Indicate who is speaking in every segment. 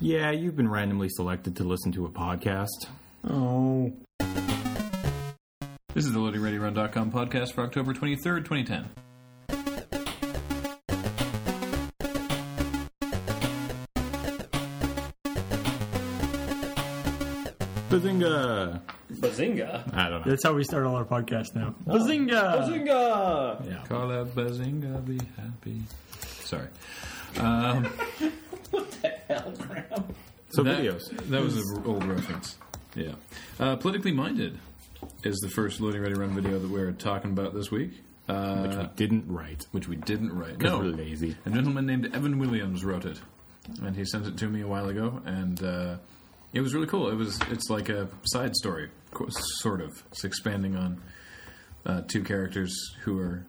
Speaker 1: Yeah, you've been randomly selected to listen to a podcast.
Speaker 2: Oh.
Speaker 3: This is the LoadingReadyRun.com podcast for October 23rd, 2010.
Speaker 1: Bazinga!
Speaker 4: Bazinga!
Speaker 1: I don't know.
Speaker 2: That's how we start all our podcasts now. Bazinga!
Speaker 4: Bazinga!
Speaker 1: Yeah.
Speaker 3: Call out Bazinga, be happy. Sorry.
Speaker 1: So
Speaker 3: That-
Speaker 1: videos.
Speaker 3: That was an old reference. Yeah. Uh, Politically Minded is the first Loading Ready Run video that we're talking about this week, uh,
Speaker 1: Which we didn't write.
Speaker 3: which we didn't write.
Speaker 1: Because
Speaker 3: No.
Speaker 1: we're lazy.
Speaker 3: A gentleman named Evan Williams wrote it, and he sent it to me a while ago, and uh, it was really cool. It was it's like a side story, co- sort of. It's expanding on uh, two characters who are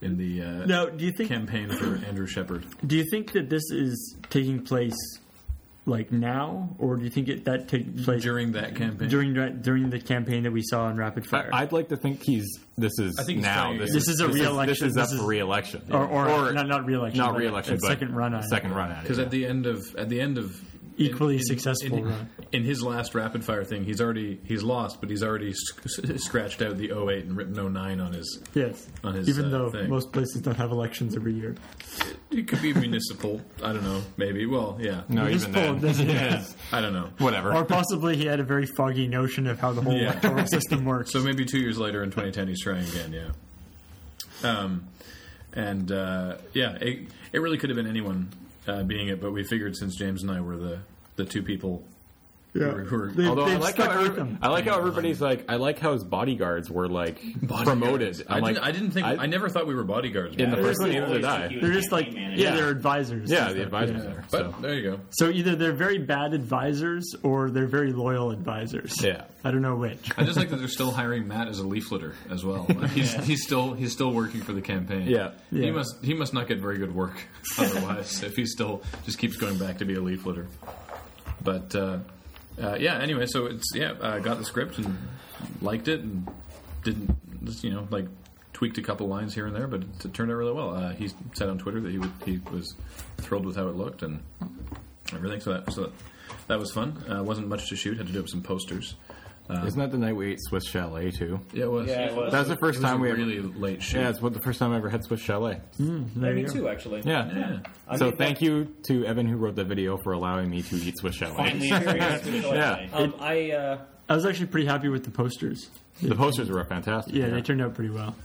Speaker 3: in the uh,
Speaker 2: Now, do you think
Speaker 3: campaign for Andrew Shepard.
Speaker 2: do you think that this is taking place like now, or do you think it, that takes place
Speaker 3: During that campaign,
Speaker 2: during that- during the campaign that we saw in Rapid Fire?
Speaker 1: I'd like to think he's. This is
Speaker 3: think he's
Speaker 1: now.
Speaker 3: trying to
Speaker 1: This,
Speaker 3: get-
Speaker 2: This is a re-election.
Speaker 1: This is
Speaker 2: This
Speaker 1: up
Speaker 2: is-
Speaker 1: for re-election.
Speaker 2: or, or, not, not re-election,
Speaker 1: not
Speaker 2: but
Speaker 1: re-election,
Speaker 2: a
Speaker 1: but
Speaker 2: second run on it.
Speaker 1: Second run at it.
Speaker 3: because
Speaker 1: yeah.
Speaker 3: at the end of at the end of
Speaker 2: Equally successful
Speaker 3: in,
Speaker 2: run.
Speaker 3: in his last rapid fire thing, he's already he's lost, but he's already sc- scratched out the 08 and written 09 on his.
Speaker 2: Yes,
Speaker 3: On his,
Speaker 2: even
Speaker 3: uh,
Speaker 2: though
Speaker 3: thing.
Speaker 2: most places don't have elections every year.
Speaker 3: It could be municipal. I don't know. Maybe. Well, yeah.
Speaker 1: no,
Speaker 2: This
Speaker 1: even
Speaker 2: poll
Speaker 1: then.
Speaker 2: doesn't-
Speaker 1: Yes.
Speaker 3: I don't know.
Speaker 1: Whatever.
Speaker 2: Or possibly he had a very foggy notion of how the whole
Speaker 3: Yeah.
Speaker 2: electoral system works.
Speaker 3: So maybe two years later in 2010, he's trying again. Yeah. Um, and uh, yeah, it, it really could have been anyone uh, being it, but we figured since James and I were the the two people
Speaker 2: yeah.
Speaker 3: who were-
Speaker 2: They-
Speaker 1: Although I
Speaker 2: they've
Speaker 1: like, how
Speaker 2: stuck with
Speaker 1: every-
Speaker 2: them.
Speaker 1: I like how everybody's like, I like how his bodyguards were like promoted.
Speaker 3: I,
Speaker 1: I'm like,
Speaker 3: didn't, I didn't think. I, never thought we were bodyguards.
Speaker 1: in the
Speaker 3: before.
Speaker 1: first one,
Speaker 2: They're
Speaker 1: neither did I.
Speaker 2: They're just like
Speaker 4: Yeah.
Speaker 2: yeah, they're advisors.
Speaker 1: Yeah,
Speaker 2: and
Speaker 1: the
Speaker 2: stuff.
Speaker 1: advisors there.
Speaker 3: but
Speaker 1: So.
Speaker 3: there you go.
Speaker 2: So either they're very bad advisors or they're very loyal advisors.
Speaker 1: Yeah.
Speaker 2: I don't know which.
Speaker 3: I just like that they're still hiring Matt as a leafleter as well. Like, he's, he's still he's still working for the campaign.
Speaker 1: Yeah.
Speaker 2: Yeah.
Speaker 3: He must he must not get very good work otherwise if he still just keeps going back to be a leafleter. But uh, uh, yeah, anyway, so it's yeah, uh, got the script and liked it and didn't just, you know like tweaked a couple lines here and there, but it, turned out really well. Uh, he said on Twitter that he would, he was thrilled with how it looked and everything. So that so that, that was fun. Uh, wasn't much to shoot. Had to do up some posters.
Speaker 1: Isn't that the night we ate Swiss Chalet too?
Speaker 3: Yeah, uh, it was.
Speaker 4: Yeah, it was.
Speaker 1: That was the first
Speaker 3: It was
Speaker 1: time
Speaker 3: a
Speaker 1: we ever.
Speaker 3: really late shoot.
Speaker 1: Yeah, it's what the first time I ever had Swiss Chalet.
Speaker 2: There you
Speaker 4: Me
Speaker 2: go.
Speaker 4: too, actually.
Speaker 1: Yeah.
Speaker 3: Yeah.
Speaker 4: I
Speaker 1: So
Speaker 4: mean,
Speaker 1: thank
Speaker 4: that-
Speaker 1: you to Evan who wrote the video for allowing me to eat Swiss Chalet.
Speaker 4: Finally experienced it.
Speaker 1: Yeah.
Speaker 4: Um, I, uh,
Speaker 2: I was actually pretty happy with the posters.
Speaker 1: The posters were fantastic.
Speaker 2: Yeah, they turned out pretty well.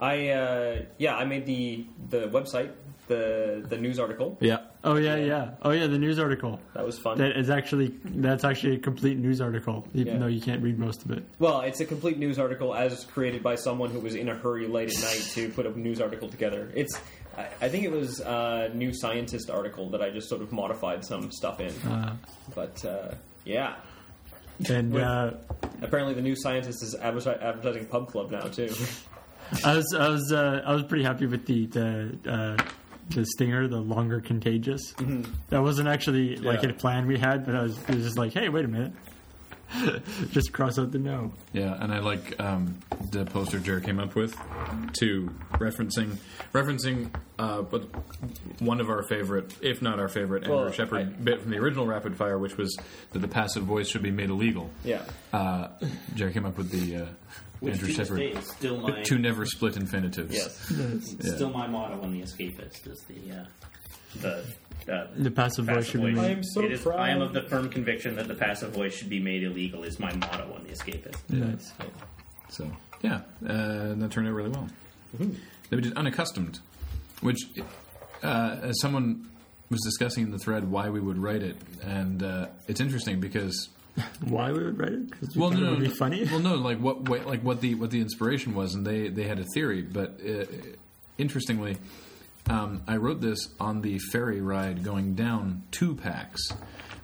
Speaker 4: I, uh, yeah, I made the the website, the the news article.
Speaker 1: Yeah.
Speaker 2: Oh yeah, yeah. Oh yeah, the news article.
Speaker 4: That was fun.
Speaker 2: That is actually that's actually a complete news article, even
Speaker 4: Yeah.
Speaker 2: though you can't read most of it.
Speaker 4: well, it's a complete news article as created by someone who was in a hurry late at night to put a news article together. It's, I, I think it was a New Scientist article that I just sort of modified some stuff in.
Speaker 1: Uh-huh.
Speaker 4: but uh, yeah,
Speaker 2: And uh,
Speaker 4: apparently the New Scientist is adverti- advertising Pub Club now too.
Speaker 2: I was I was uh, I was pretty happy with the the uh, the stinger, the longer contagious. That wasn't actually like
Speaker 3: Yeah.
Speaker 2: a plan we had, but I was, it was just like, hey, wait a minute, just cross out the no.
Speaker 3: Yeah, and I like um, the poster Jared came up with to referencing referencing uh, but one of our favorite, if not our favorite, Andrew
Speaker 4: Well,
Speaker 3: Shepard
Speaker 4: I-
Speaker 3: bit from the original Rapid Fire, which was that the passive voice should be made illegal.
Speaker 4: yeah,
Speaker 3: Uh, Jared came up with the uh, Andrew
Speaker 5: to this day
Speaker 3: Shepard
Speaker 5: is still my
Speaker 3: to never split infinitives.
Speaker 4: yes.
Speaker 5: it's still my motto on the escapist is the uh, the uh,
Speaker 2: The passive voice should be made.
Speaker 4: I'm so
Speaker 5: It is-
Speaker 4: proud.
Speaker 5: I am of the firm conviction that the passive voice should be made illegal. Is my motto on the escapist.
Speaker 2: Nice.
Speaker 3: So yeah, uh, and that turned out really well.
Speaker 2: Mm-hmm.
Speaker 3: Then we did unaccustomed, which uh, as someone was discussing in the thread why we would write it, and uh, it's interesting because
Speaker 2: Why we would write it? Because
Speaker 3: well, no,
Speaker 2: it
Speaker 3: no,
Speaker 2: would be
Speaker 3: no.
Speaker 2: funny.
Speaker 3: Well, no, like what, what, like what the what the inspiration was, and they they had a theory, but uh, interestingly, um, I wrote this on the ferry ride going down to PAX,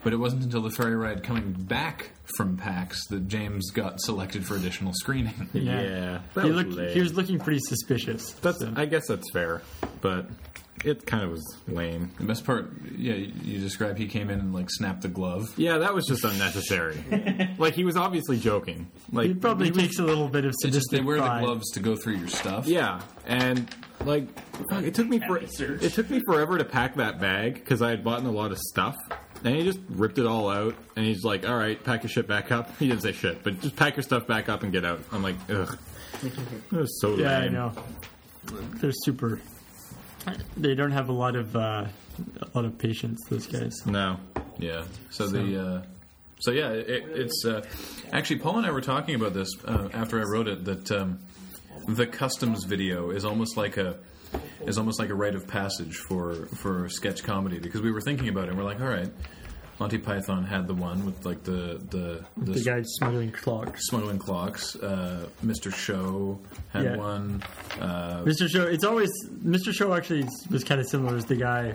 Speaker 3: but it wasn't until the ferry ride coming back from PAX that James got selected for additional screening.
Speaker 2: Yeah.
Speaker 1: Yeah.
Speaker 2: he looked he was looking pretty suspicious.
Speaker 1: That's. I guess that's fair, but it kind of was lame.
Speaker 3: The best part, yeah, you you describe he came in and like snapped the glove.
Speaker 1: Yeah, that was just unnecessary. like he was obviously joking. Like
Speaker 2: It probably takes a little bit of
Speaker 3: It's just
Speaker 2: sadistic
Speaker 3: they wear
Speaker 2: pride.
Speaker 3: the gloves to go through your stuff.
Speaker 1: Yeah, and like fuck, it took me for
Speaker 5: Happy search.
Speaker 1: it took me forever to pack that bag because I had bought in a lot of stuff, And he just ripped it all out, and he's like, "All right, pack your shit back up." He didn't say shit, but just pack your stuff back up and get out. I'm like, ugh, that was so
Speaker 2: Yeah, I
Speaker 1: lame.
Speaker 2: know. They're super. They don't have a lot of uh, a lot of patience. Those guys.
Speaker 1: No,
Speaker 3: Yeah. So, the uh, so yeah, it, it's uh, actually Paul and I were talking about this uh, after I wrote it that um, the customs video is almost like a is almost like a rite of passage for for sketch comedy because we were thinking about it and we're like, all right, Monty Python had the one with like the the
Speaker 2: The guy smuggling clocks.
Speaker 3: smuggling clocks. Uh, Mr. Show had
Speaker 2: Yeah.
Speaker 3: one. Uh,
Speaker 2: Mr. Show. It's always Mr. Show. Actually, was kind of similar as the guy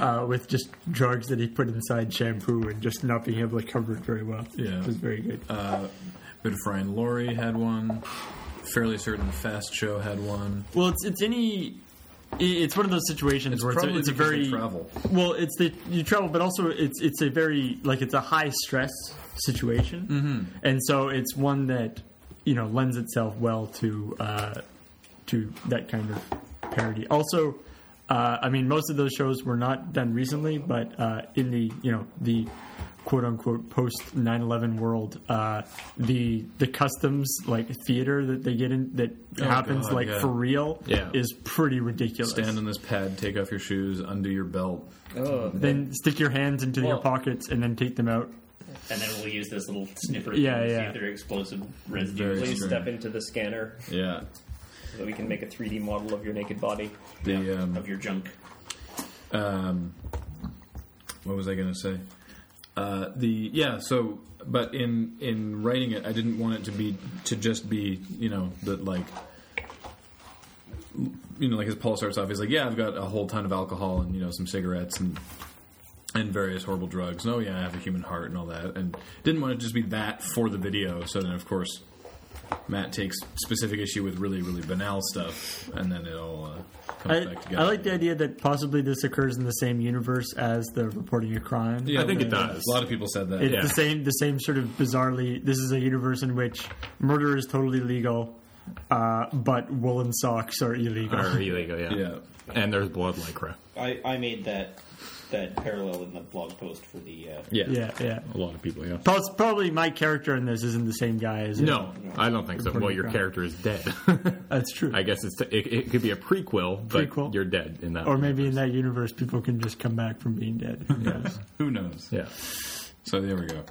Speaker 2: uh, with just drugs that he put inside shampoo and just not being able to cover it very well.
Speaker 3: Yeah.
Speaker 2: it was very good.
Speaker 3: Bit of Fry and Laurie had one. Fairly certain the Fast Show had one.
Speaker 2: well, it's it's any. i- It's one of those situations
Speaker 3: It's
Speaker 2: where it's a,
Speaker 3: probably
Speaker 2: it's a
Speaker 3: because
Speaker 2: very
Speaker 3: they travel.
Speaker 2: well. It's the you travel, but also it's it's a very like it's a high stress situation, mm-hmm. and so it's one that you know lends itself well to uh, to that kind of parody. Also, uh, I mean, most of those shows were not done recently, but uh, in the you know the quote unquote post 9-11 world, uh, the the customs like theater that they get in that
Speaker 3: Oh,
Speaker 2: happens
Speaker 3: God,
Speaker 2: like
Speaker 3: yeah.
Speaker 2: for real
Speaker 1: Yeah.
Speaker 2: is pretty ridiculous.
Speaker 3: Stand on this pad, take off your shoes, undo your belt.
Speaker 1: Oh,
Speaker 4: Ugh.
Speaker 2: then stick your hands into your
Speaker 4: Well-
Speaker 2: pockets and then take them out.
Speaker 5: and then we'll use this little snipper
Speaker 2: Yeah,
Speaker 5: to see
Speaker 2: yeah.
Speaker 5: if they're explosive
Speaker 3: Very
Speaker 5: residue.
Speaker 3: strange.
Speaker 4: Please step into the scanner
Speaker 3: Yeah.
Speaker 4: so that we can make a 3D model of your naked body.
Speaker 3: The um,
Speaker 5: of your junk.
Speaker 3: um, what was I going to say? Uh, the yeah. So, but in in writing it, I didn't want it to be to just be you know that like you know like his Paul starts off. He's like, yeah, I've got a whole ton of alcohol and you know some cigarettes and and various horrible drugs. And, oh yeah, I have a human heart and all that. And didn't want it to just be that for the video. So then of course. Matt takes specific issue with really, really banal stuff, and then it all uh, comes
Speaker 2: I,
Speaker 3: back together.
Speaker 2: I like the idea that possibly this occurs in the same universe as the reporting a crime.
Speaker 3: Yeah,
Speaker 1: I think it
Speaker 3: yeah.
Speaker 1: does.
Speaker 3: A lot of people said that.
Speaker 2: It's
Speaker 1: Yeah.
Speaker 2: the same the same sort of bizarrely this is a universe in which murder is totally legal, uh, but woolen socks are illegal.
Speaker 1: Or illegal, yeah.
Speaker 3: Yeah.
Speaker 1: And there's blood lycra.
Speaker 6: I, I made that that parallel in the blog post for the. Uh,
Speaker 3: Yeah.
Speaker 2: Yeah, yeah.
Speaker 1: A lot of people, yeah.
Speaker 2: Pos- Probably my character in this isn't the same guy as
Speaker 1: No, I don't think so. Well, your character is dead.
Speaker 2: That's true.
Speaker 1: I guess it's it, it could be a prequel, but
Speaker 2: Prequel.
Speaker 1: you're dead in that.
Speaker 2: or
Speaker 1: one.
Speaker 2: maybe in that universe people can just come back from being dead. Who knows?
Speaker 3: Who knows?
Speaker 1: yeah.
Speaker 3: So there we go.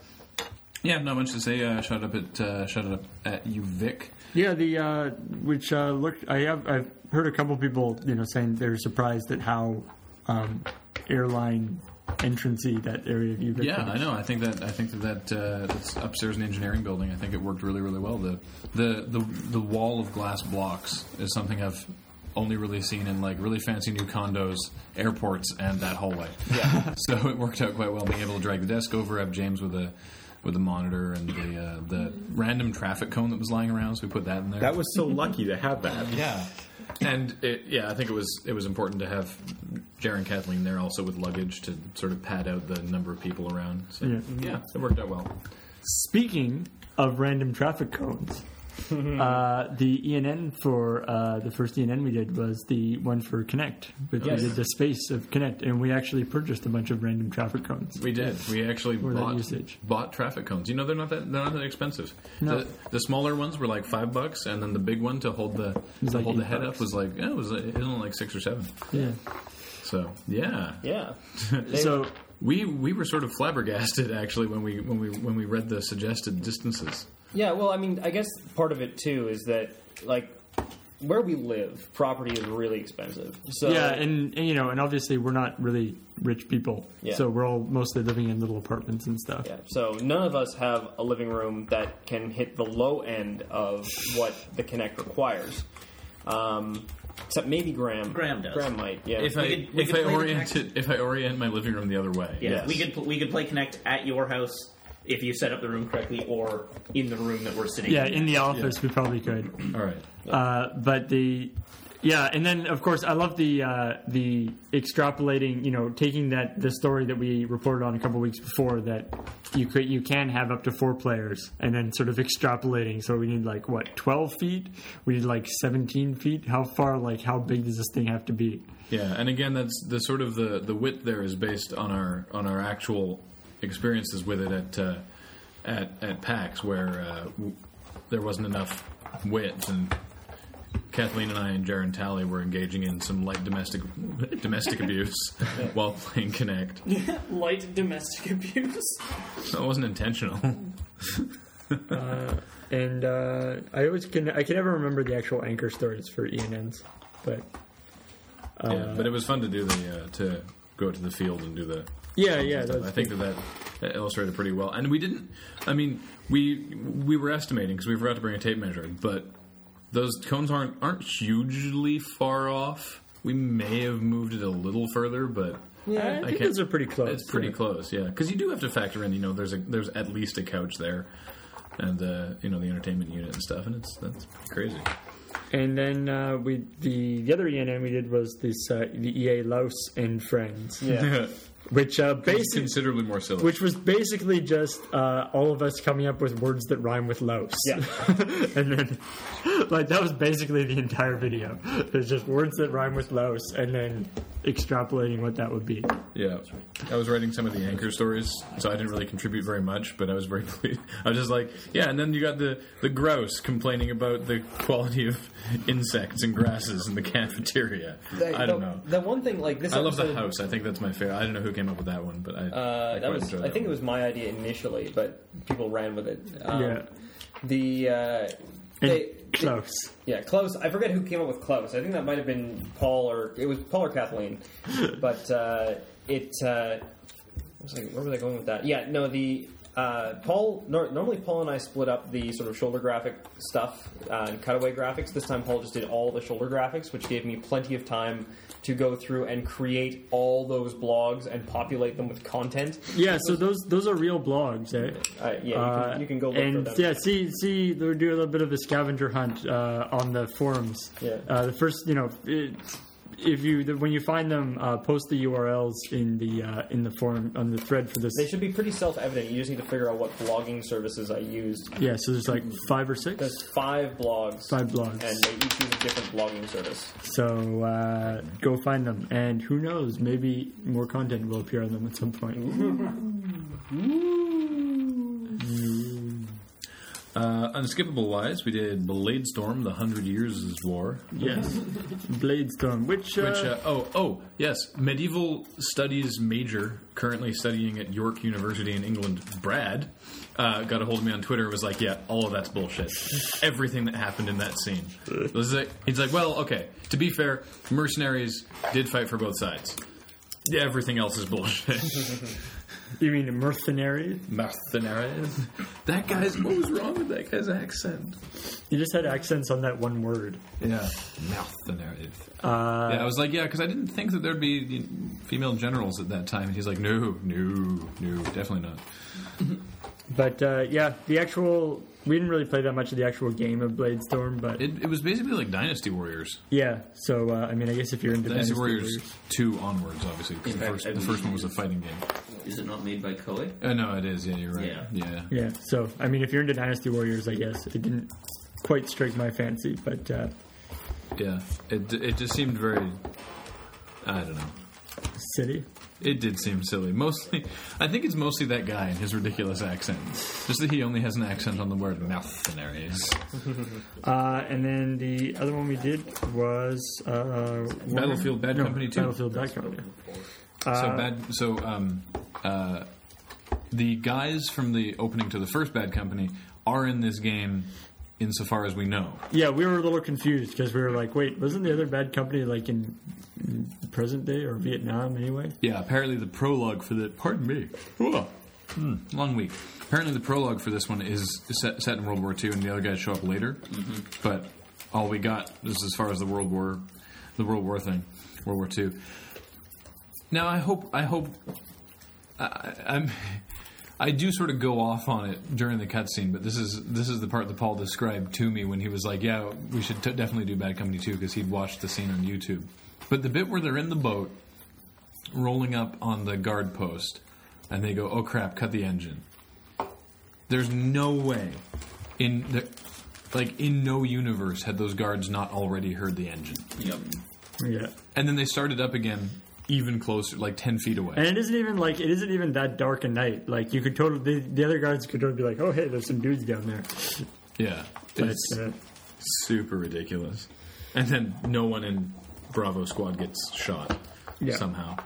Speaker 3: Yeah, not much to say. Uh, shut up at uh, shut up at you, Vic.
Speaker 2: Yeah, the uh, which uh, looked. I have I've heard a couple people you know saying they're surprised at how um, airline entrancy that area of Utica.
Speaker 3: Yeah, I know. I think that I think that that uh, that's upstairs in the engineering building. I think it worked really, really well. The the the the wall of glass blocks is something I've only really seen in like really fancy new condos, airports, and that hallway. Yeah. so it worked out quite well. Being able to drag the desk over, have James with a with the monitor and the uh, the random traffic cone that was lying around. So we put that in there.
Speaker 1: That was so lucky to have that.
Speaker 3: Yeah, and it, yeah, I think it was it was important to have Jaron and Kathleen there also with luggage to sort of pad out the number of people around. So,
Speaker 2: Yeah.
Speaker 3: yeah. it worked out well.
Speaker 2: Speaking of random traffic cones, uh, the ENN for uh, the first ENN we did was the one for Connect. But
Speaker 3: Yes.
Speaker 2: We did the space of Connect, and we actually purchased a bunch of random traffic cones.
Speaker 3: We did. We actually
Speaker 2: that
Speaker 3: bought
Speaker 2: usage.
Speaker 3: bought traffic cones. You know they're not that they're not that expensive.
Speaker 2: No.
Speaker 3: The, the smaller ones were like five bucks, and then the big one to hold the
Speaker 2: was
Speaker 3: to
Speaker 2: like
Speaker 3: hold the
Speaker 2: eight
Speaker 3: head
Speaker 2: bucks.
Speaker 3: up was like yeah, it was like, it was only like six or seven.
Speaker 2: yeah.
Speaker 3: So yeah,
Speaker 4: Yeah.
Speaker 2: So
Speaker 3: we we were sort of flabbergasted actually when we when we when we read the suggested distances.
Speaker 4: Yeah, well, I mean, I guess part of it too is that, like, where we live, property is really expensive. So,
Speaker 2: yeah, and, and you know, and obviously we're not really rich people,
Speaker 4: Yeah.
Speaker 2: so we're all mostly living in little apartments and stuff.
Speaker 4: Yeah, so none of us have a living room that can hit the low end of what the Kinect requires. Um, except maybe Graham.
Speaker 5: Graham does.
Speaker 4: Graham might, yeah.
Speaker 3: If I
Speaker 5: could- we
Speaker 3: if
Speaker 5: could
Speaker 3: I
Speaker 5: play the
Speaker 3: orient
Speaker 5: tax-
Speaker 3: it, if I orient my living room the other way,
Speaker 5: Yeah,
Speaker 3: yes.
Speaker 5: we could pl- we could play Connect at your house if you set up the room correctly, or in the room that we're sitting.
Speaker 2: Yeah,
Speaker 5: in.
Speaker 2: in the office we probably could,
Speaker 3: All right.
Speaker 2: uh, but the Yeah, and then of course I love the uh, the extrapolating, you know, taking that the story that we reported on a couple weeks before that you could you can have up to four players, and then sort of extrapolating. So we need like what twelve feet? We need like seventeen feet. How far? Like how big does this thing have to be?
Speaker 3: Yeah, and again, that's the sort of the the wit there is based on our on our actual experiences with it at uh, at at PAX, where uh, w- there wasn't enough wit, and Kathleen and I and Jaron Talley were engaging in some light domestic domestic abuse while playing Connect.
Speaker 5: Light domestic abuse.
Speaker 3: That wasn't intentional.
Speaker 2: And uh, I always can I can never remember the actual anchor stories for ENNs, but
Speaker 3: yeah, but it was fun to do the uh, to go to the field and do the
Speaker 2: yeah, yeah,
Speaker 3: I
Speaker 2: that's
Speaker 3: think that, that that illustrated pretty well. And we didn't. I mean, we we were estimating because we forgot to bring a tape measure, but those cones aren't aren't hugely far off. We may have moved it a little further, but
Speaker 2: yeah, I,
Speaker 3: I
Speaker 2: think
Speaker 3: can't-
Speaker 2: those are pretty close.
Speaker 3: it's pretty
Speaker 2: yeah.
Speaker 3: close. Yeah, because you do have to factor in. You know, there's a there's at least a couch there, and uh, you know the entertainment unit and stuff, and it's that's crazy.
Speaker 2: And then uh, we the the other ENN we did was this uh, the EA Laos and Friends,
Speaker 4: Yeah.
Speaker 2: which uh,
Speaker 3: It's
Speaker 2: basically
Speaker 3: considerably more silly.
Speaker 2: which was basically just uh, all of us coming up with words that rhyme with Laos.
Speaker 4: Yeah.
Speaker 2: and then like that was basically the entire video. It's just words that rhyme with Laos, and then extrapolating what that would be.
Speaker 3: Yeah, I was writing some of the anchor stories, so I didn't really contribute very much, but I was very pleased. I was just like, yeah, and then you got the the grouse complaining about the quality of insects and grasses in the cafeteria. I don't
Speaker 4: the,
Speaker 3: know.
Speaker 4: The one thing, like this,
Speaker 3: I love the
Speaker 4: episode-
Speaker 3: house. I think that's my favorite. I don't know who came up with that one, but I
Speaker 4: Uh,
Speaker 3: I
Speaker 4: that
Speaker 3: quite
Speaker 4: was,
Speaker 3: enjoy
Speaker 4: I think it
Speaker 3: one.
Speaker 4: was my idea initially, but people ran with it. Um,
Speaker 2: Yeah.
Speaker 4: The uh,
Speaker 2: And
Speaker 4: they,
Speaker 2: close.
Speaker 4: yeah, close. I forget who came up with close. I think that might have been Paul or it was Paul or Kathleen, but uh, it. Uh, I was like, where was I going with that? Yeah, no, the uh, Paul. Nor- normally, Paul and I split up the sort of shoulder graphic stuff uh, and cutaway graphics. This time, Paul just did all the shoulder graphics, which gave me plenty of time to go through and create all those blogs and populate them with content.
Speaker 2: Yeah, so those those are real blogs, eh?
Speaker 4: Uh, yeah, you can, you can go look
Speaker 2: Uh, and
Speaker 4: for them.
Speaker 2: yeah, see, see, they're doing a little bit of a scavenger hunt uh, on the forums.
Speaker 4: Yeah.
Speaker 2: Uh, the first, you know, it, if you the, when you find them, uh, post the URLs in the uh, in the forum on the thread for this.
Speaker 4: They should be pretty self-evident. You just need to figure out what blogging services I used.
Speaker 2: yeah, so there's like five or six.
Speaker 4: There's five blogs.
Speaker 2: Five blogs.
Speaker 4: And they each use a different blogging service.
Speaker 2: So uh, go find them, and who knows, maybe more content will appear on them at some point.
Speaker 3: uh, unskippable wise. We did Blade Storm: The Hundred Years' War,
Speaker 2: Yes, Bladestorm, which, uh,
Speaker 3: which uh, oh oh yes, medieval studies major currently studying at York University in England, Brad, uh, got a hold of me on Twitter. and Was like, yeah, all of that's bullshit. Everything that happened in that scene. It was like- He's like, well, okay. To be fair, mercenaries did fight for both sides. Yeah, everything else is bullshit.
Speaker 2: you mean mercenary?
Speaker 3: mercenaries. That guy's what was wrong with that guy's accent?
Speaker 2: You just had accents on that one word.
Speaker 3: Yeah, mercenaries. yeah, I was like, yeah, because I didn't think that there'd be you know, female generals at that time. And he's like, no, no, no, definitely not.
Speaker 2: But uh, yeah, the actual we didn't really play that much of the actual game of Bladestorm, but
Speaker 3: It, it was basically like Dynasty Warriors.
Speaker 2: yeah. So uh, I mean, I guess if you're into
Speaker 3: Dynasty,
Speaker 2: Dynasty
Speaker 3: Warriors, two onwards, obviously. 'cause
Speaker 5: In
Speaker 3: the
Speaker 5: fact,
Speaker 3: first,
Speaker 5: I
Speaker 3: the first one was a fighting game.
Speaker 5: Is it not made by Koei?
Speaker 3: Uh, no, it is. Yeah, you're right.
Speaker 5: Yeah.
Speaker 3: yeah.
Speaker 2: yeah. So I mean, if you're into Dynasty Warriors, I guess it didn't quite strike my fancy, but uh,
Speaker 3: Yeah. It it just seemed very. I don't know.
Speaker 2: City.
Speaker 3: It did seem silly. Mostly, I think it's mostly that guy and his ridiculous accent. Just that he only has an accent on the word mercenaries.
Speaker 2: Uh, and then the other one we did was uh,
Speaker 3: Battlefield Bad
Speaker 2: no,
Speaker 3: Company 2.
Speaker 2: Battlefield Bad Company.
Speaker 3: So bad. So um, uh, the guys from the opening to the first Bad Company are in this game, insofar as we know.
Speaker 2: Yeah, we were a little confused because we were like, wait, wasn't the other Bad Company like in, in present day or Vietnam anyway?
Speaker 3: Yeah. Apparently, the prologue for the pardon me. Whoa. Hmm, long week. Apparently, the prologue for this one is set, set in World War II, and the other guys show up later. But all we got is as far as the World War, the World War thing, World War II. Now, I hope. I hope. I, I- I'm. I do sort of go off on it during the cutscene, but this is this is the part that Paul described to me when he was like, "Yeah, we should t- definitely do Bad Company too," because he'd watched the scene on YouTube. But the bit where they're in the boat, rolling up on the guard post, and they go, "Oh crap! Cut the engine." There's no way in the, like in no universe had those guards not already heard the engine.
Speaker 4: Yep.
Speaker 2: Yeah.
Speaker 3: And then they started up again, even closer, like ten feet away.
Speaker 2: And it isn't even like it isn't even that dark at night. Like you could totally the, the other guards could totally be like, oh hey, there's some dudes down there.
Speaker 3: yeah,
Speaker 2: But
Speaker 3: It's-
Speaker 2: uh,
Speaker 3: super ridiculous. And then no one in Bravo Squad gets shot
Speaker 2: Yeah.
Speaker 3: somehow.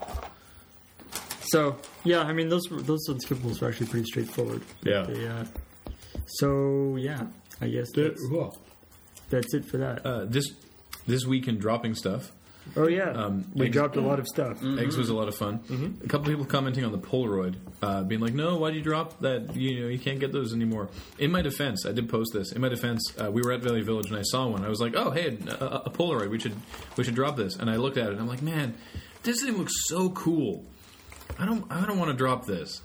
Speaker 2: so yeah, I mean those were- those unskippables were actually pretty straightforward.
Speaker 3: Yeah.
Speaker 2: They, uh, so yeah, I guess that's, that's it for that.
Speaker 3: Uh, this this week in dropping stuff,
Speaker 2: oh yeah, Mm-hmm.
Speaker 3: um,
Speaker 2: we
Speaker 3: ex-
Speaker 2: dropped a lot of stuff.
Speaker 3: eggs was a lot of fun. A couple people commenting on the Polaroid, uh, being like, "No, why would you drop that? You know, you can't get those anymore." In my defense, I did post this. In my defense, uh, we were at Valley Village and I saw one. I was like, "Oh, hey, a, a, a Polaroid. We should we should drop this." And I looked at it and I'm like, "Man, this thing looks so cool. I don't I don't want to drop this."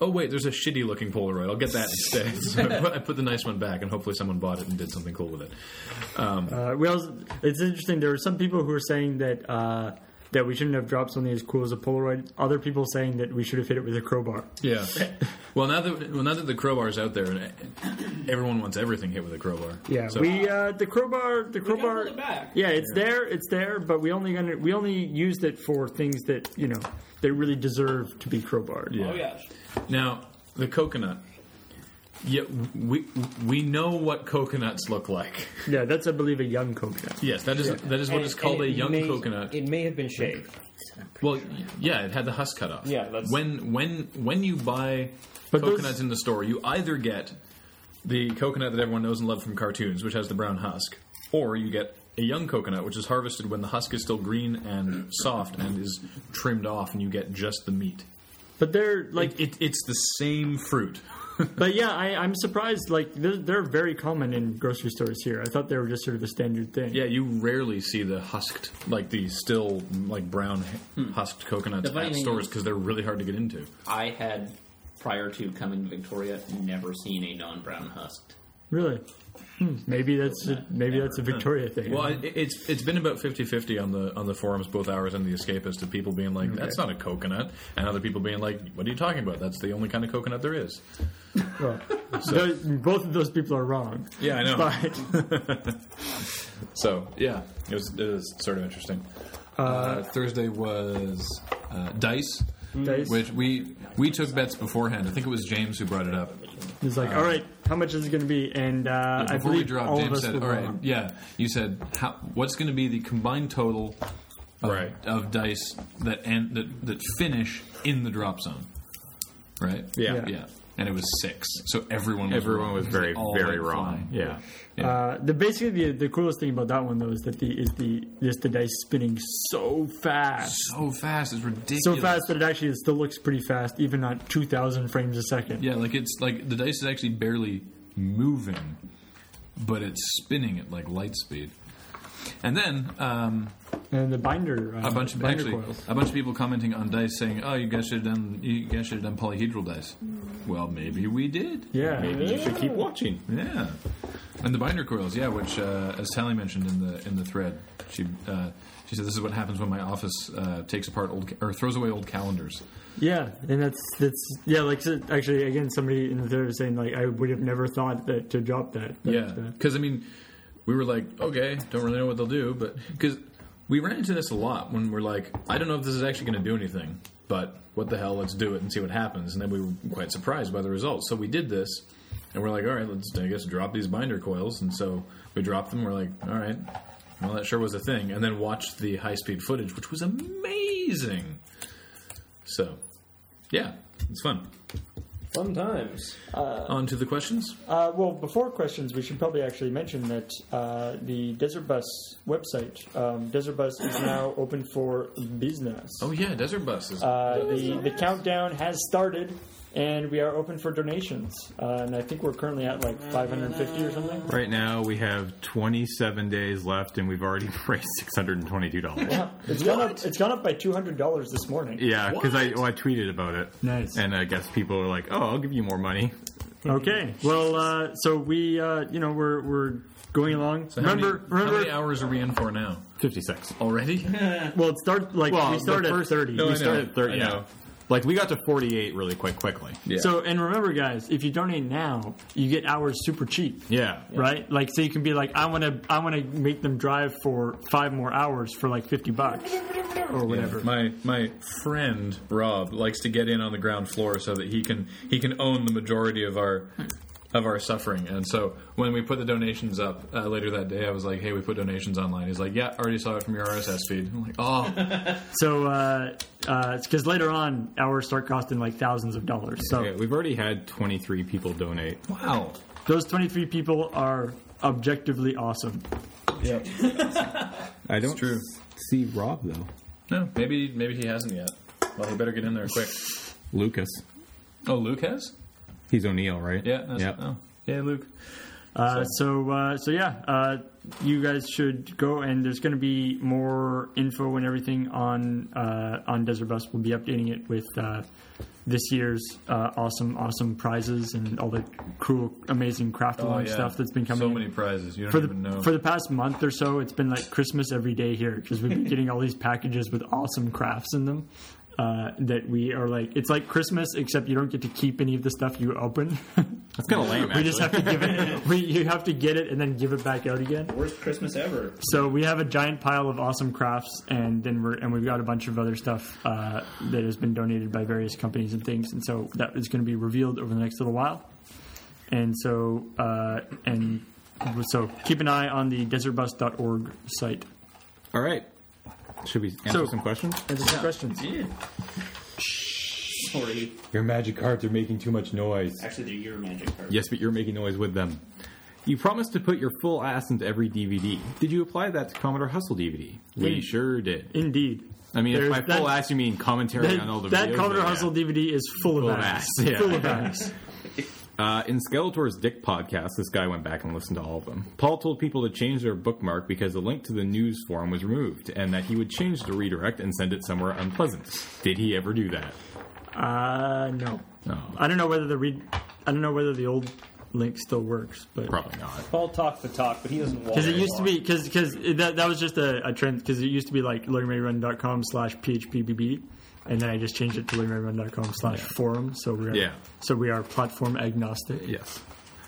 Speaker 3: Oh wait, there's a shitty looking Polaroid. I'll get that instead. so I put, I put the nice one back, and hopefully someone bought it and did something cool with it.
Speaker 2: Uh, we also, it's interesting. There were some people who were saying that uh, that we shouldn't have dropped something as cool as a Polaroid. Other people saying that we should have hit it with a crowbar.
Speaker 3: Yeah. Well, now that well, now that the crowbar's out there, and everyone wants everything hit with a crowbar.
Speaker 2: Yeah,
Speaker 3: So,
Speaker 2: we uh, the crowbar, the crowbar.
Speaker 6: pull it back.
Speaker 2: Yeah, it's there, it's there, but we only gonna we only used it for things that you know that really deserve to be crowbarred.
Speaker 3: yeah.
Speaker 6: Oh yeah.
Speaker 3: Now the coconut. Yeah, we we know what coconuts look like.
Speaker 2: Yeah, that's I believe a young coconut.
Speaker 3: Yes, that is that is what is called a young
Speaker 4: may,
Speaker 3: coconut.
Speaker 4: It may have been shaved.
Speaker 3: well, yeah, it had the husk cut off.
Speaker 4: Yeah, that's-
Speaker 3: when when when you buy
Speaker 2: But those-
Speaker 3: coconuts in the store, you either get the coconut that everyone knows and loves from cartoons, which has the brown husk, or you get a young coconut, which is harvested when the husk is still green and soft and is trimmed off, and you get just the meat.
Speaker 2: But they're like,
Speaker 3: Like it, it's the same fruit.
Speaker 2: but yeah, I, I'm surprised. Like they're, they're very common in grocery stores here. I thought they were just sort of a standard thing.
Speaker 3: Yeah, you rarely see the husked, like the still like brown husked coconuts
Speaker 5: The funny
Speaker 3: at
Speaker 5: thing
Speaker 3: stores
Speaker 5: is-
Speaker 3: because they're really hard to get into.
Speaker 5: I had, prior to coming to Victoria, never seen a non-brown husked.
Speaker 2: really. Hmm, maybe that's a, maybe that's a Victoria thing.
Speaker 3: Well, it, it's it's been about 50-50 on the on the forums, both ours and the Escapist, of people being like, "That's not a coconut," and other people being like, "What are you talking about? That's the only kind of coconut there is."
Speaker 2: Well, those- both of those people are wrong.
Speaker 3: Yeah, I know.
Speaker 2: But
Speaker 3: So yeah, it was, it was sort of interesting. Uh, Thursday was uh, dice,
Speaker 2: Dice.
Speaker 3: which we we took bets beforehand. I think it was James who brought it up.
Speaker 2: it's like, all right, how much is it going to be? And uh, I
Speaker 3: Before we
Speaker 2: believe
Speaker 3: dropped,
Speaker 2: all of
Speaker 3: James
Speaker 2: us
Speaker 3: said,
Speaker 2: were
Speaker 3: "All right,
Speaker 2: wrong.
Speaker 3: yeah." You said, how, "What's going to be the combined total of,
Speaker 1: Right.
Speaker 3: of dice that end that, that finish in the drop zone?" Right?
Speaker 1: Yeah.
Speaker 2: Yeah.
Speaker 3: yeah. And it was six, so everyone was
Speaker 1: Everyone
Speaker 3: wrong
Speaker 1: was
Speaker 3: because
Speaker 1: very,
Speaker 3: they all
Speaker 1: very
Speaker 3: went
Speaker 1: wrong.
Speaker 3: flying.
Speaker 1: Yeah.
Speaker 2: Uh, the basically the, the coolest thing about that one though is that the is the just the dice spinning so fast,
Speaker 3: so fast, it's ridiculous.
Speaker 2: so fast that it actually still looks pretty fast, even at two thousand frames a second.
Speaker 3: Yeah, like it's like the dice is actually barely moving, but it's spinning at like light speed. And then um,
Speaker 2: And the binder, uh,
Speaker 3: a bunch of
Speaker 2: binder
Speaker 3: actually
Speaker 2: coils.
Speaker 3: a bunch of people commenting on dice saying, "Oh, you guys should have done you guys should have done polyhedral dice." Well, maybe we did.
Speaker 2: Yeah,
Speaker 1: You should keep watching.
Speaker 3: Yeah. And the binder coils, yeah, which uh, as Tally mentioned in the in the thread, she uh, she said this is what happens when my office uh, takes apart old ca- or throws away old calendars.
Speaker 2: yeah, and that's that's yeah. Like so- actually, again, somebody in the third was saying like I would have never thought that to drop that. but,
Speaker 3: Yeah,
Speaker 2: uh,
Speaker 3: because I mean, we were like, okay, don't really know what they'll do, but because we ran into this a lot when we're like, I don't know if this is actually going to do anything, but what the hell, let's do it and see what happens. And then we were quite surprised by the results. So we did this, and we're like, all right, let's I guess drop these binder coils. And so we dropped them. We're like, all right, well that sure was a thing. And then watched the high speed footage, which was amazing. So, yeah, it's fun.
Speaker 4: Sometimes.
Speaker 3: On to the questions.
Speaker 2: Uh, well, before questions, we should probably actually mention that uh, the Desert Bus website, um, Desert Bus, is now open for business.
Speaker 3: Oh yeah, desert buses.
Speaker 2: Uh, the, the countdown has started, and we are open for donations. Uh, and I think we're currently at like 550 or something.
Speaker 1: Right now, we have 27 days left, and we've already raised 622 dollars.
Speaker 2: Yeah, it's gone up. It's gone up by two hundred dollars this morning.
Speaker 1: Yeah, because I well, I tweeted about it.
Speaker 2: Nice.
Speaker 1: And I guess people were like, "Oh, I'll give you more money."
Speaker 2: Okay. Well, uh, so we, uh, you know, we're we're going along.
Speaker 3: So how
Speaker 2: remember,
Speaker 3: many-
Speaker 2: remember.
Speaker 3: how many hours are we in for now?
Speaker 1: 56.
Speaker 3: Already?
Speaker 2: well, it starts like
Speaker 1: Well,
Speaker 2: we
Speaker 1: the
Speaker 2: started
Speaker 1: first-
Speaker 2: at thirty.
Speaker 3: No,
Speaker 1: we
Speaker 3: Oh, I know.
Speaker 1: started at 30.
Speaker 3: I
Speaker 1: yeah.
Speaker 3: know.
Speaker 1: Like we got to 48 really quite quickly.
Speaker 3: Yeah.
Speaker 2: So and remember, guys, if you donate now, you get hours super cheap.
Speaker 1: Yeah.
Speaker 2: Right, like so you can be like, I want to, I want to make them drive for five more hours for like fifty bucks or whatever.
Speaker 3: My my friend Rob likes to get in on the ground floor so that he can he can own the majority of our of our suffering. And so when we put the donations up uh, later that day, I was like, "Hey, we put donations online." He's like, "Yeah, already saw it from your RSS feed." I'm like, "Oh,
Speaker 2: So, uh, uh, because later on, hours start costing like thousands of dollars. So
Speaker 1: Yeah, we've already had 23 people donate.
Speaker 3: wow."
Speaker 2: those twenty-three people are objectively awesome.
Speaker 1: I don't
Speaker 3: true.
Speaker 1: see Rob though.
Speaker 3: No, maybe maybe he hasn't yet. Well, he better get in there quick.
Speaker 1: Lucas.
Speaker 3: Oh, Luke has?
Speaker 1: He's O'Neill, right?
Speaker 3: Yeah. That's,
Speaker 1: Yep.
Speaker 3: Oh. Yeah, Luke.
Speaker 2: Uh, so uh, so yeah, uh, you guys should go, and there's going to be more info and everything on uh, on Desert Bus. We'll be updating it with uh, this year's uh, awesome awesome prizes and all the cool amazing craft
Speaker 3: Oh,
Speaker 2: along
Speaker 3: yeah.
Speaker 2: stuff that's been coming.
Speaker 3: So
Speaker 2: in.
Speaker 3: many prizes. You don't
Speaker 2: For the,
Speaker 3: even know.
Speaker 2: for the past month or so, it's been like Christmas every day here because we've been getting all these packages with awesome crafts in them. Uh, that we are like, it's like Christmas, except you don't get to keep any of the stuff you open.
Speaker 1: That's kind of lame.
Speaker 2: We
Speaker 1: Actually.
Speaker 2: just have to give it. We, you have to get it and then give it back out again.
Speaker 6: Worst Christmas ever.
Speaker 2: So we have a giant pile of awesome crafts, and then we're and we've got a bunch of other stuff uh, that has been donated by various companies and things, and so that is going to be revealed over the next little while. And so uh, and so keep an eye on the desertbus.org site.
Speaker 1: All right. Should we answer
Speaker 2: So-
Speaker 1: some questions?
Speaker 2: Answer some questions.
Speaker 6: Sorry.
Speaker 1: Your magic cards are making too much noise.
Speaker 6: Actually, they're your magic cards.
Speaker 1: Yes, but you're making noise with them. You promised to put your full ass into every DVD. Did you apply that to Commodore Hustle DVD?
Speaker 2: Yeah.
Speaker 1: We sure did.
Speaker 2: Indeed.
Speaker 1: I mean, if
Speaker 2: There's
Speaker 1: by full
Speaker 2: that-
Speaker 1: ass you mean commentary on all
Speaker 2: That,
Speaker 1: the
Speaker 2: that
Speaker 1: videos,
Speaker 2: Commodore
Speaker 1: yeah.
Speaker 2: Hustle DVD is full,
Speaker 1: Full
Speaker 2: of
Speaker 1: of
Speaker 2: ass.
Speaker 1: ass, yeah.
Speaker 2: Full of ass.
Speaker 1: Uh, in Skeletor's Dick podcast, this guy went back and listened to all of them. Paul told people to change their bookmark because the link to the news forum was removed, and that he would change the redirect and send it somewhere unpleasant. Did he ever do that?
Speaker 2: Uh, no.
Speaker 1: No,
Speaker 2: I don't know whether the read. I don't know whether the old link still works, but
Speaker 1: probably not.
Speaker 4: Paul talks the talk, but he doesn't walk.
Speaker 2: because it
Speaker 4: the
Speaker 2: used to
Speaker 4: walk.
Speaker 2: be because because that, that was just a, a trend because it used to be like learnradiorun.com slash phpbb and then I just changed it to learnradiorun.com slash forum so we are
Speaker 1: Yeah.
Speaker 2: so we are platform agnostic.
Speaker 1: Yes.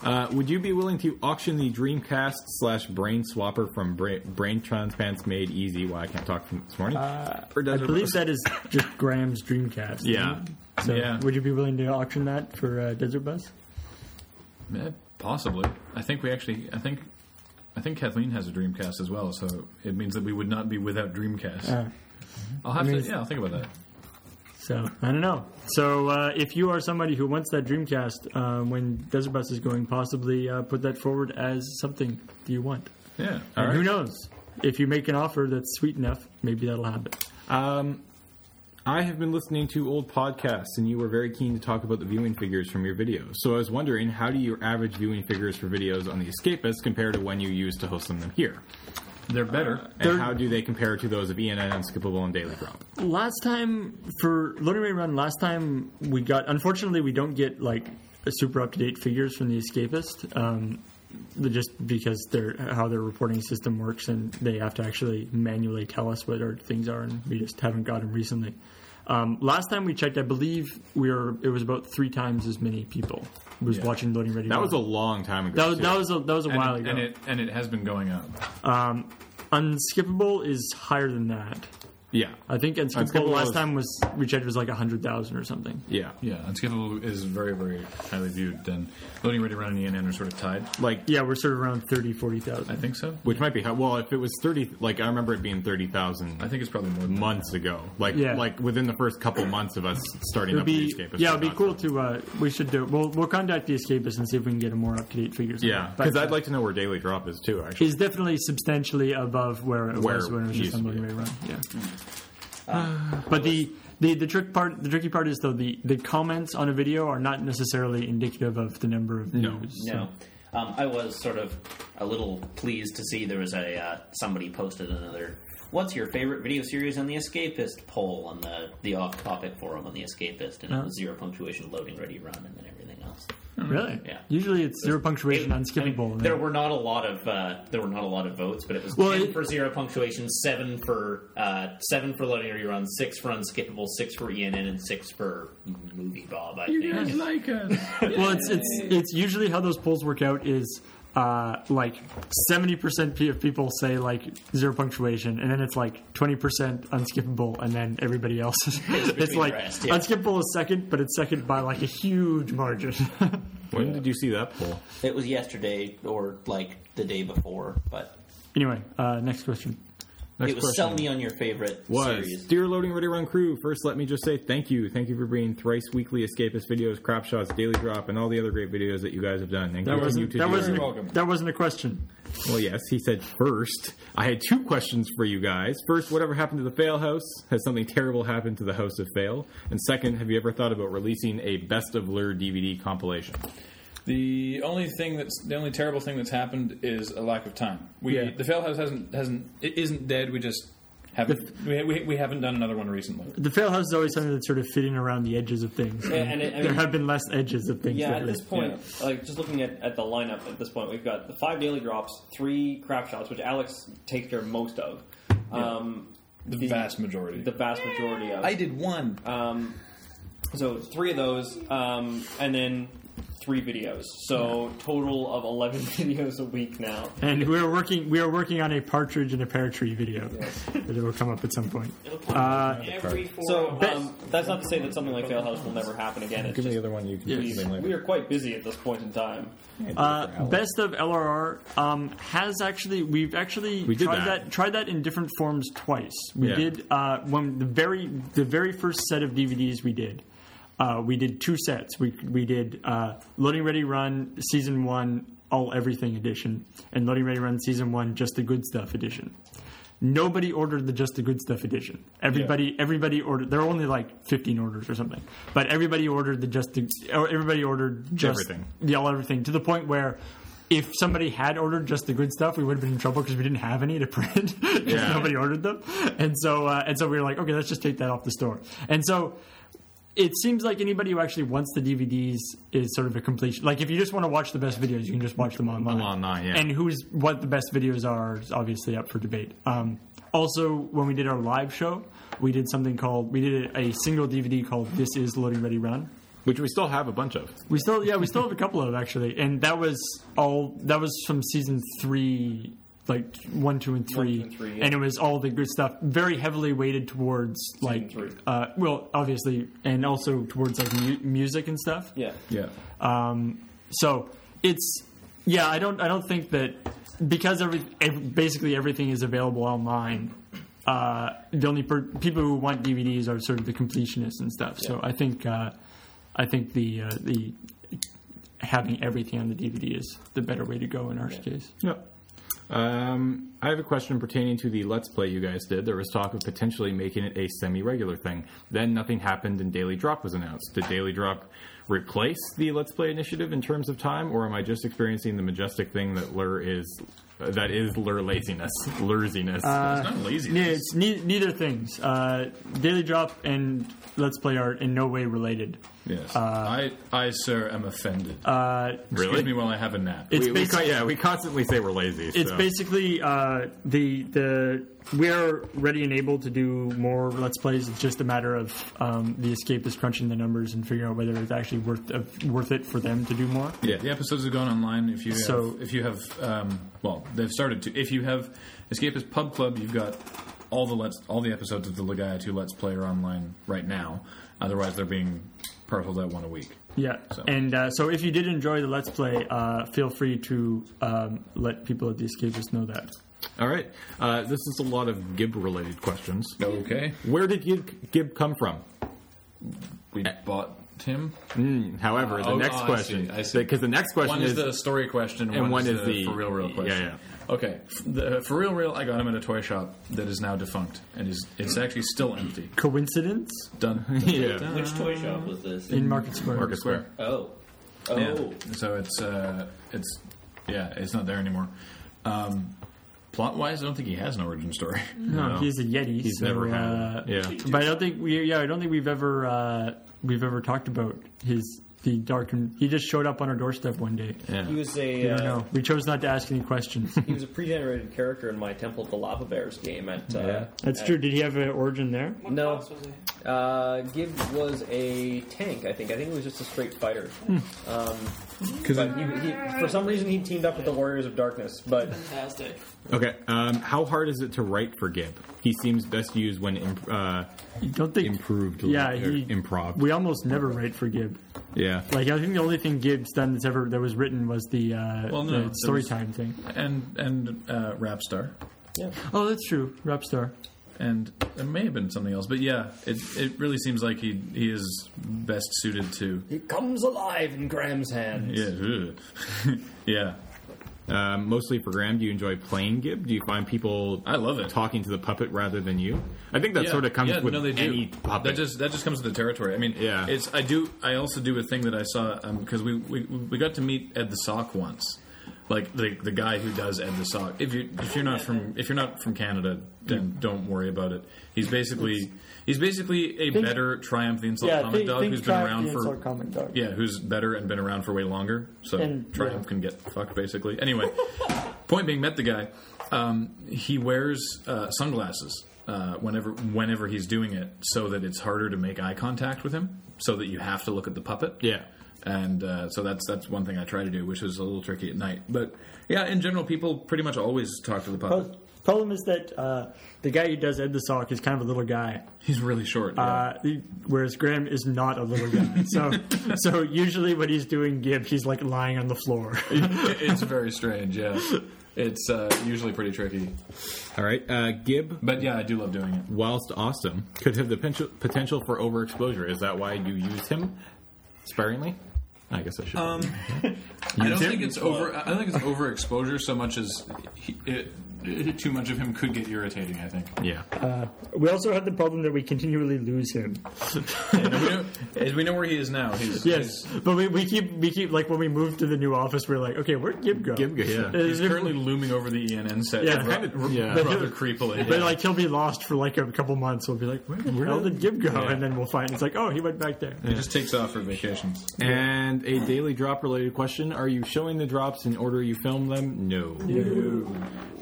Speaker 1: Uh, would you be willing to auction the Dreamcast slash Brain Swapper from Bra- Brain Transplants Made Easy? Why I can't talk from this morning? Or
Speaker 2: Uh, I
Speaker 1: does it-
Speaker 2: believe that is just Graham's Dreamcast.
Speaker 1: Yeah.
Speaker 2: So
Speaker 3: Yeah.
Speaker 2: would you be willing to auction that for uh, Desert Bus?
Speaker 3: Eh, possibly. I think we actually. I think. I think Kathleen has a Dreamcast as well, so it means that we would not be without Dreamcast.
Speaker 2: Uh,
Speaker 3: I'll have
Speaker 2: mean-
Speaker 3: to. Yeah, I'll think about that.
Speaker 2: So I don't know. So uh, if you are somebody who wants that Dreamcast uh, when Desert Bus is going, possibly uh, put that forward as something that you want.
Speaker 3: Yeah.
Speaker 1: All
Speaker 2: And Who
Speaker 1: right.
Speaker 2: knows? If you make an offer that's sweet enough, maybe that'll happen.
Speaker 1: I have been listening to old podcasts, and you were very keen to talk about the viewing figures from your videos. So I was wondering, how do your average viewing figures for videos on The Escapist compare to when you used to host them here?
Speaker 3: They're better.
Speaker 1: Uh, And how do they compare to those of ENN, Unskippable, and Daily Drop?
Speaker 2: Last time for Loading Ray Run, last time we got. Unfortunately, we don't get like super up to date figures from the Escapist, um, just because they're how their reporting system works, and they have to actually manually tell us what our things are, and we just haven't got them recently. Um, last time we checked, I believe we were it was about three times as many people was watching Loading Ready.
Speaker 1: That
Speaker 2: Run.
Speaker 1: was a long time ago.
Speaker 2: that was
Speaker 1: too.
Speaker 2: that was a, that was a
Speaker 3: And,
Speaker 2: while
Speaker 3: it,
Speaker 2: ago.
Speaker 3: and it and it has been going up.
Speaker 2: Unskippable is higher than that.
Speaker 1: yeah,
Speaker 2: I think Unskippable
Speaker 1: Unskippable
Speaker 2: last
Speaker 1: was-
Speaker 2: time was we checked was like hundred thousand or something.
Speaker 1: yeah,
Speaker 3: Yeah, Unskippable is very very highly viewed. Then Loading Ready Run and ENN are sort of tied.
Speaker 1: like
Speaker 2: Yeah, we're sort of around 30,
Speaker 3: I
Speaker 2: 40,000.
Speaker 3: think so.
Speaker 1: which might be how, well if it was 30 like i remember it being 30000
Speaker 3: I think it's probably more. Than
Speaker 1: months ago like
Speaker 2: Yeah.
Speaker 1: like within the first couple months of us starting
Speaker 2: It'd
Speaker 1: up
Speaker 2: be,
Speaker 1: the escapist
Speaker 2: yeah, it'd be
Speaker 1: whatnot.
Speaker 2: cool to. Uh, we should do. We'll we'll contact the escapist and see if we can get a more up to date figures.
Speaker 1: yeah because i'd like to know where daily drop is too actually
Speaker 2: Is definitely substantially above where it
Speaker 1: Where
Speaker 2: was when it was
Speaker 1: it
Speaker 2: just
Speaker 1: used
Speaker 2: on
Speaker 1: to
Speaker 2: Loading
Speaker 1: be.
Speaker 2: Ray Run. Yeah. Uh, but the The the trick part, the tricky part is though the, the comments on a video are not necessarily indicative of the number of
Speaker 1: No.
Speaker 2: views.
Speaker 5: No, um, I was sort of a little pleased to see there was a uh, somebody posted another. What's your favorite video series on the Escapist poll on the the off-topic forum on the Escapist, and
Speaker 2: Oh.
Speaker 5: it was zero punctuation, loading, ready, run, and then everything else.
Speaker 2: Really?
Speaker 5: Yeah.
Speaker 2: Usually it's zero punctuation on
Speaker 5: I mean,
Speaker 2: skippable. and
Speaker 5: there
Speaker 2: then-
Speaker 5: were not a lot of uh, there were not a lot of votes, but it was
Speaker 2: Well,
Speaker 5: ten
Speaker 2: it-
Speaker 5: for zero punctuation, seven for uh, seven for loading rerun, six for unskippable, six for ENN, and six for movie Bob. I think.
Speaker 3: like us.
Speaker 2: well, it's it's it's usually how those polls work out is uh, like seventy percent of people say like zero punctuation, and then it's like twenty percent unskippable, and then everybody else. is- it's
Speaker 5: the
Speaker 2: like
Speaker 5: rest, yeah.
Speaker 2: unskippable is second, but it's second by like a huge margin.
Speaker 1: When did you see that poll?
Speaker 5: It was yesterday or like the day before, but
Speaker 2: anyway, uh, next question.
Speaker 1: Next
Speaker 5: it was sell me on your favorite
Speaker 1: was
Speaker 5: series.
Speaker 1: dear loading ready run crew first let me just say thank you thank you for bringing thrice weekly escapist videos crop shots daily drop and all the other great videos that you guys have done thank you
Speaker 2: wasn't-
Speaker 1: to
Speaker 2: that
Speaker 1: do
Speaker 2: wasn't
Speaker 1: it.
Speaker 2: a, that wasn't a question.
Speaker 1: well yes he said first i had two questions for you guys first whatever happened to the fail house has something terrible happened to the house of fail and second have you ever thought about releasing a best of lure dvd compilation
Speaker 3: The only thing that's the only terrible thing that's happened is a lack of time. We
Speaker 2: Yeah.
Speaker 3: the fail house hasn't hasn't it isn't dead. We just haven't we, we, we haven't done another one recently.
Speaker 2: The fail house is alys something that's sort of fitting around the edges of things.
Speaker 4: and it- I
Speaker 2: there
Speaker 4: mean-
Speaker 2: have been less edges of things.
Speaker 4: Yeah, at
Speaker 2: lately.
Speaker 4: this point, like just looking at, at the lineup at this point, we've got the five daily drops, three crap shots, which Alex takes care of most of. Um,
Speaker 3: The, vast majority.
Speaker 4: the vast majority of.
Speaker 3: I did one. uh,
Speaker 4: Um, so three of those, um, and then three videos. So total of eleven videos a week now.
Speaker 2: And we are working. We are working on a partridge and a pear tree video that will come up at some point. Uh,
Speaker 5: Every four
Speaker 4: So
Speaker 2: Best-
Speaker 4: um, that's not to say that something like Fail House will never happen again. It's just
Speaker 1: one you can
Speaker 2: Yes.
Speaker 1: do something
Speaker 4: we,
Speaker 1: later.
Speaker 4: we are quite busy at this point in time.
Speaker 2: uh, best of LRR um, has actually we've actually
Speaker 1: We did
Speaker 2: tried
Speaker 1: that.
Speaker 2: tried that in different forms twice. We
Speaker 1: Yeah.
Speaker 2: did uh, when the very the very first set of DVDs we did. Uh, we did two sets. We we did uh, Loading Ready Run Season One All Everything Edition and Loading Ready Run Season One Just the Good Stuff Edition. Nobody ordered the Just the Good Stuff edition. Everybody, everybody ordered. There were only like fifteen orders or something, but everybody ordered the Just the. or Everybody ordered just
Speaker 1: Everything.
Speaker 2: the all everything to the point where. If somebody had ordered just the good stuff, we would have been in trouble because we didn't have any to print. 'Cause
Speaker 1: Yeah.
Speaker 2: Nobody ordered them, and so uh, and so we were like, okay, let's just take that off the store. And so it seems like anybody who actually wants the DVDs is sort of a completion. Like if you just want to watch the best videos, you can just watch them online.
Speaker 1: Online, yeah.
Speaker 2: And who's what the best videos are is obviously up for debate. Um, also, when we did our live show, we did something called we did a single DVD called "This Is Loading Ready Run."
Speaker 1: which we still have a bunch of
Speaker 2: We still yeah we still have a couple of actually, and that was all that was from season three. Like one, two, and three,
Speaker 4: two, and three, yeah.
Speaker 2: and it was all the good stuff. Very heavily weighted towards like,
Speaker 4: three.
Speaker 2: uh, well, obviously, and also towards like mu- music and stuff.
Speaker 4: Yeah.
Speaker 3: yeah.
Speaker 2: So it's yeah, I don't I don't think that because every, ev basically everything is available online. Uh, the only per- people who want DVDs are sort of the completionists and stuff. So I think uh, I think the uh, the having everything on the DVD is the better way to go in our case.
Speaker 1: Yep. Um, I have a question pertaining to the Let's Play you guys did. There was talk of potentially making it a semi regular thing. Then nothing happened and Daily Drop was announced. Did Daily Drop replace the Let's Play initiative in terms of time, or am I just experiencing the majestic thing that Lur is? That is lure laziness, lurziness.
Speaker 2: Uh,
Speaker 3: It's not lazy.
Speaker 2: Yeah, it's ne- neither things. Uh, Daily Drop and Let's Play are in no way related.
Speaker 3: yes. I I sir am offended.
Speaker 2: Uh,
Speaker 3: Excuse
Speaker 1: really?
Speaker 3: me while I have a nap.
Speaker 2: it's
Speaker 1: we, we,
Speaker 2: basically-
Speaker 1: ca- yeah, we constantly say we're lazy.
Speaker 2: it's
Speaker 1: so.
Speaker 2: basically uh, the the we're ready and able to do more let's plays. It's just a matter of um, the escape is crunching the numbers and figuring out whether it's actually worth uh, worth it for them to do more.
Speaker 3: Yeah, the episodes have gone online. If you have,
Speaker 2: So-
Speaker 3: if you have, um, well, they've started to. If you have Escapist Pub Club, you've got all the let's all the episodes of the Legaia Two Let's Play are online right now. Otherwise, they're being parceled out one a week.
Speaker 2: Yeah,
Speaker 3: So-
Speaker 2: and uh, so if you did enjoy the let's play, uh, feel free to um, let people at the escapist know that.
Speaker 1: all right. Uh, this is a lot of Gib-related questions.
Speaker 3: Okay,
Speaker 1: Where did Gib, Gib come from?
Speaker 3: we bought Tim?
Speaker 1: However, the
Speaker 3: Oh,
Speaker 1: next
Speaker 3: oh, I
Speaker 1: question,
Speaker 3: see, I see.
Speaker 1: because the next question
Speaker 3: One is the story question, and, one, is, the for real real
Speaker 1: yeah,
Speaker 3: question.
Speaker 1: yeah.
Speaker 3: Okay, F- the for real real. I got him at a toy shop that is now defunct, and is it's actually still empty.
Speaker 2: Coincidence
Speaker 3: Done.
Speaker 1: yeah.
Speaker 5: Which toy shop was this?
Speaker 2: in Market Square.
Speaker 1: Mm-hmm. Market Square.
Speaker 5: Oh. Oh.
Speaker 3: Yeah. So it's uh, it's yeah, it's not there anymore. Um, plot wise, I don't think he has an origin story.
Speaker 2: No,
Speaker 1: No.
Speaker 2: he's a Yeti.
Speaker 1: He's
Speaker 2: so,
Speaker 1: never
Speaker 2: uh,
Speaker 1: had. it. Yeah.
Speaker 2: But I don't think we. Yeah, I don't think we've ever uh, we've ever talked about his the dark. And, he just showed up on our doorstep one day.
Speaker 4: He
Speaker 1: Yeah.
Speaker 4: was a
Speaker 2: You
Speaker 4: uh,
Speaker 2: don't know. We chose not to ask any questions.
Speaker 4: he was a pre-generated character in my Temple of the Lava Bears game. At uh,
Speaker 1: Yeah.
Speaker 2: That's
Speaker 4: at-
Speaker 2: true. Did he have an origin there?
Speaker 4: No, uh, Gibb was a tank. I think. I think he was just a straight fighter.
Speaker 2: Because
Speaker 4: But he, he, for some reason, he teamed up with the Warriors of Darkness. But
Speaker 5: Fantastic.
Speaker 1: Okay. Um, how hard is it to write for Gib? He seems best used when imp- uh,
Speaker 2: I don't think
Speaker 1: improved.
Speaker 2: Yeah,
Speaker 1: or
Speaker 2: he,
Speaker 1: improv.
Speaker 2: We almost never write for Gibb.
Speaker 1: yeah.
Speaker 2: Like I think the only thing Gibb's done that's ever that was written was the, uh,
Speaker 3: Well, no,
Speaker 2: the
Speaker 3: there
Speaker 2: story
Speaker 3: was-
Speaker 2: time thing.
Speaker 3: And and uh, rap star,
Speaker 2: Oh, that's true. Repstar.
Speaker 3: and it may have been something else, but yeah, it it really seems like he he is best suited to
Speaker 4: he comes alive in Graham's hands.
Speaker 3: yeah ugh. yeah.
Speaker 1: Um, mostly for Graham, do you enjoy playing Gib? Do you find people
Speaker 3: I love it.
Speaker 1: talking to the puppet rather than you? I think that
Speaker 3: Yeah,
Speaker 1: sort of comes
Speaker 3: yeah,
Speaker 1: with
Speaker 3: no, they do.
Speaker 1: any puppet.
Speaker 3: That just that just comes with the territory. I mean,
Speaker 1: Yeah.
Speaker 3: It's I do. I also do a thing that I saw because we, we we got to meet Ed the Sock once, like the the guy who does Ed the Sock. If you if you're not from if you're not from Canada, then don't worry about it. He's basically he's basically a
Speaker 2: Think-
Speaker 3: better Triumph the Insult Comic Dog who's been around for
Speaker 2: comic dog.
Speaker 3: yeah, who's better and been around for way longer. So
Speaker 2: And-
Speaker 3: Triumph
Speaker 2: yeah.
Speaker 3: can get fucked basically. Anyway, point being, met the guy. Um, he wears uh, sunglasses uh, whenever whenever he's doing it, so that it's harder to make eye contact with him. So that you have to look at the puppet.
Speaker 1: Yeah.
Speaker 3: And uh, so that's that's one thing I try to do, which is a little tricky at night. But yeah, in general, people pretty much always talk to the puppet.
Speaker 2: Oh. Problem is that uh, the guy who does Ed the Sock is kind of a little guy,
Speaker 3: He's really short. yeah.
Speaker 2: uh, he- whereas Graham is not a little guy. So, so usually when he's doing Gib, he's like lying on the floor.
Speaker 3: it's very strange. Yeah, it's uh, usually pretty tricky.
Speaker 1: All right. Uh, Gib,
Speaker 3: But yeah, I do love doing it.
Speaker 1: whilst awesome, could have the potential potential for overexposure. Is that why you use him sparingly? I guess I should.
Speaker 3: Um, I don't
Speaker 1: too?
Speaker 3: think it's over. I don't think it's overexposure so much as he, it, it- too much of him could get irritating. I think.
Speaker 1: yeah.
Speaker 2: we also had the problem that we continually lose him.
Speaker 3: we know, as we know where he is now, he's
Speaker 2: Yes, Uh, but we, we keep we keep like when we moved to the new office, we're like, okay, where'd Gib go?
Speaker 1: Gib go- yeah.
Speaker 2: Uh,
Speaker 3: he's, he's currently looming over the ENN set.
Speaker 2: Yeah.
Speaker 3: rather,
Speaker 1: Yeah.
Speaker 3: rather creepily.
Speaker 2: But like he'll be lost for like a couple months. We'll be like, where the hell did Gib go? And then we'll find it's like, oh, he went back there.
Speaker 3: He just takes off for vacation.
Speaker 1: And a daily drop related question Are you showing the drops in order you film them? No.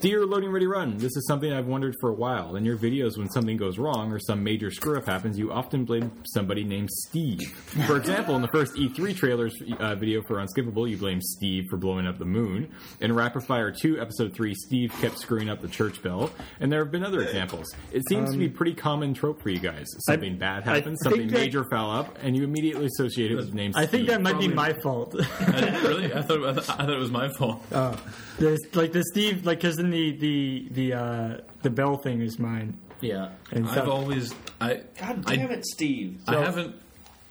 Speaker 1: Dear Loading Ready Run, this is something I've wondered for a while. In your videos, when something goes wrong or some major screw up happens, you often blame somebody named Steve. For example, in the first E3 trailers uh, video for Unskippable, you blame Steve for blowing up the moon. In Rapid Fire 2, Episode 3, Steve kept screwing up the church bell. And there have been other examples. It seems to be pretty common trope for you guys. Something bad
Speaker 2: Um, I
Speaker 1: happens,
Speaker 2: think
Speaker 1: something
Speaker 2: that-
Speaker 1: major foul up, and you immediately associate it with names.
Speaker 2: I think that might be
Speaker 3: Probably-
Speaker 2: my fault.
Speaker 3: I didn't- really, I thought, I thought I thought it was my fault.
Speaker 2: Um, There's like the Steve, like because then the the the uh, the bell thing is mine.
Speaker 5: Yeah.
Speaker 2: And
Speaker 3: I've
Speaker 2: so,
Speaker 3: always I
Speaker 5: God
Speaker 3: I-
Speaker 5: damn it, Steve.
Speaker 3: I haven't.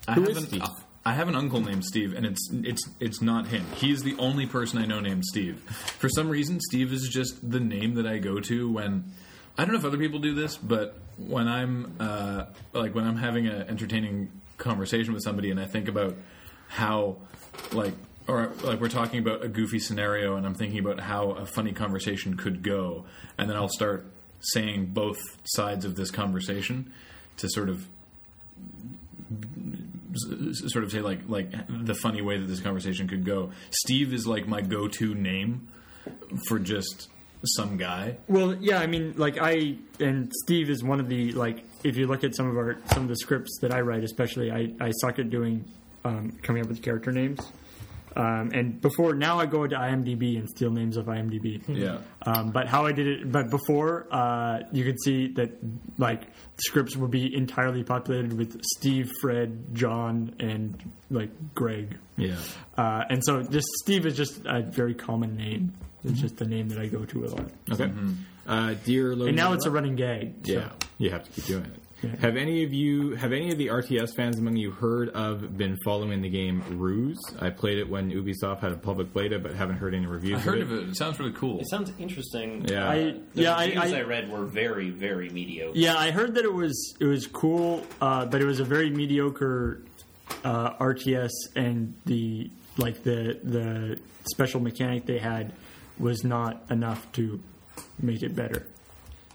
Speaker 3: I
Speaker 1: Who is
Speaker 3: haven't.
Speaker 1: Steve?
Speaker 3: I have an uncle named Steve, and it's it's it's not him. He's the only person I know named Steve. For some reason, Steve is just the name that I go to when I don't know if other people do this, but when I'm uh, like when I'm having an entertaining conversation with somebody, and I think about how like or like we're talking about a goofy scenario, and I'm thinking about how a funny conversation could go, and then I'll start saying both sides of this conversation to sort of s- sort of say like like the funny way that this conversation could go. Steve is like my go-to name for just some guy.
Speaker 2: well, yeah, I mean, like I and Steve is one of the like if you look at some of our some of the scripts that I write, especially I I suck at doing um, coming up with character names. Um, and before now, I go into IMDb and steal names of IMDb.
Speaker 3: Yeah.
Speaker 2: Um, but how I did it, but before, uh, you could see that like scripts would be entirely populated with Steve, Fred, John, and like Greg.
Speaker 1: Yeah.
Speaker 2: Uh, and so just Steve is just a very common name. It's just the name that I go to a lot.
Speaker 3: Mm-hmm.
Speaker 1: Okay. Uh, dear Logan.
Speaker 2: And now it's a running gag. so-
Speaker 1: Yeah. You have to keep doing it. Have any of you, have any of the RTS fans among you heard of, been following the game Ruse? I played it when Ubisoft had a public beta, but haven't heard any reviews.
Speaker 3: I heard of it. It sounds really cool.
Speaker 5: It sounds interesting.
Speaker 1: Yeah.
Speaker 2: I
Speaker 5: The
Speaker 2: yeah I,
Speaker 5: reviews I,
Speaker 2: I
Speaker 5: read were very, very mediocre.
Speaker 2: yeah I heard that it was it was cool, uh, but it was a very mediocre uh, RTS, and the like the the special mechanic they had was not enough to make it better.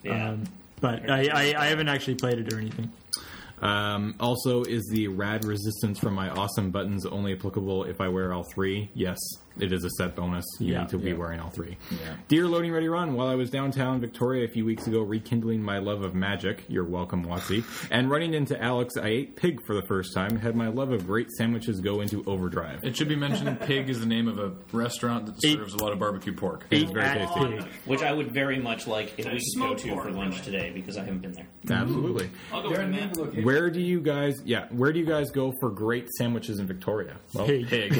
Speaker 5: Yeah.
Speaker 2: Um, but I, I, I haven't actually played it or anything.
Speaker 1: Um, also, is the rad resistance from my awesome buttons only applicable if I wear all three? Yes, it is a set bonus. You
Speaker 2: Yeah.
Speaker 1: need to be
Speaker 3: Yeah.
Speaker 1: wearing all three.
Speaker 3: Yeah.
Speaker 1: Dear Loading Ready Run, while I was downtown Victoria a few weeks ago rekindling my love of magic, you're welcome, Watsy, and running into Alex, I ate pig for the first time, had my love of great sandwiches go into overdrive.
Speaker 3: It should be mentioned Pig is the name of a restaurant that serves a lot of barbecue pork.
Speaker 1: It was very
Speaker 2: At
Speaker 1: tasty.
Speaker 2: pig.
Speaker 5: Uh, Which I would very much like if we could go
Speaker 6: smoked
Speaker 5: to
Speaker 6: pork,
Speaker 5: for lunch
Speaker 6: really.
Speaker 5: today because I haven't been there.
Speaker 1: Absolutely.
Speaker 6: I'll go with Matt.
Speaker 1: Where do you guys? Yeah, where do you guys go for great sandwiches in Victoria? Well,
Speaker 2: Pig.
Speaker 1: pig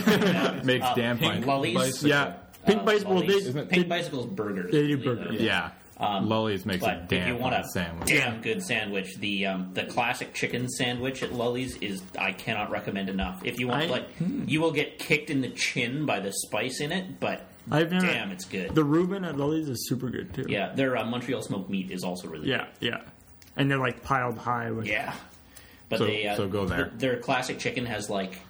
Speaker 1: makes damn
Speaker 3: Uh, Pig Uh,
Speaker 1: fine.
Speaker 5: Lollies? Uh,
Speaker 3: bicycle.
Speaker 1: Yeah,
Speaker 2: Pink bicycle. Well,
Speaker 5: Lollies.
Speaker 2: they,
Speaker 1: Isn't it-
Speaker 5: Pink
Speaker 2: they-
Speaker 5: bicycles burgers.
Speaker 2: They do
Speaker 5: really,
Speaker 2: burgers.
Speaker 5: though.
Speaker 1: yeah. Lollies makes a
Speaker 5: Um, But if you
Speaker 1: damn
Speaker 5: want
Speaker 1: fine
Speaker 5: a
Speaker 1: sandwich.
Speaker 5: damn good sandwich, the um, the classic chicken sandwich at Lully's is I cannot recommend enough. If you want
Speaker 2: I-
Speaker 5: like, you will get kicked in the chin by the spice in it, but
Speaker 2: I've never.
Speaker 5: damn, it's good.
Speaker 2: The Reuben at Lully's is super good too.
Speaker 5: yeah, their uh, Montreal smoked meat is also really
Speaker 2: yeah, yeah. And they're like piled high with.
Speaker 5: good. Yeah, but
Speaker 1: So-
Speaker 5: they uh,
Speaker 1: so go there.
Speaker 5: th- their classic chicken has like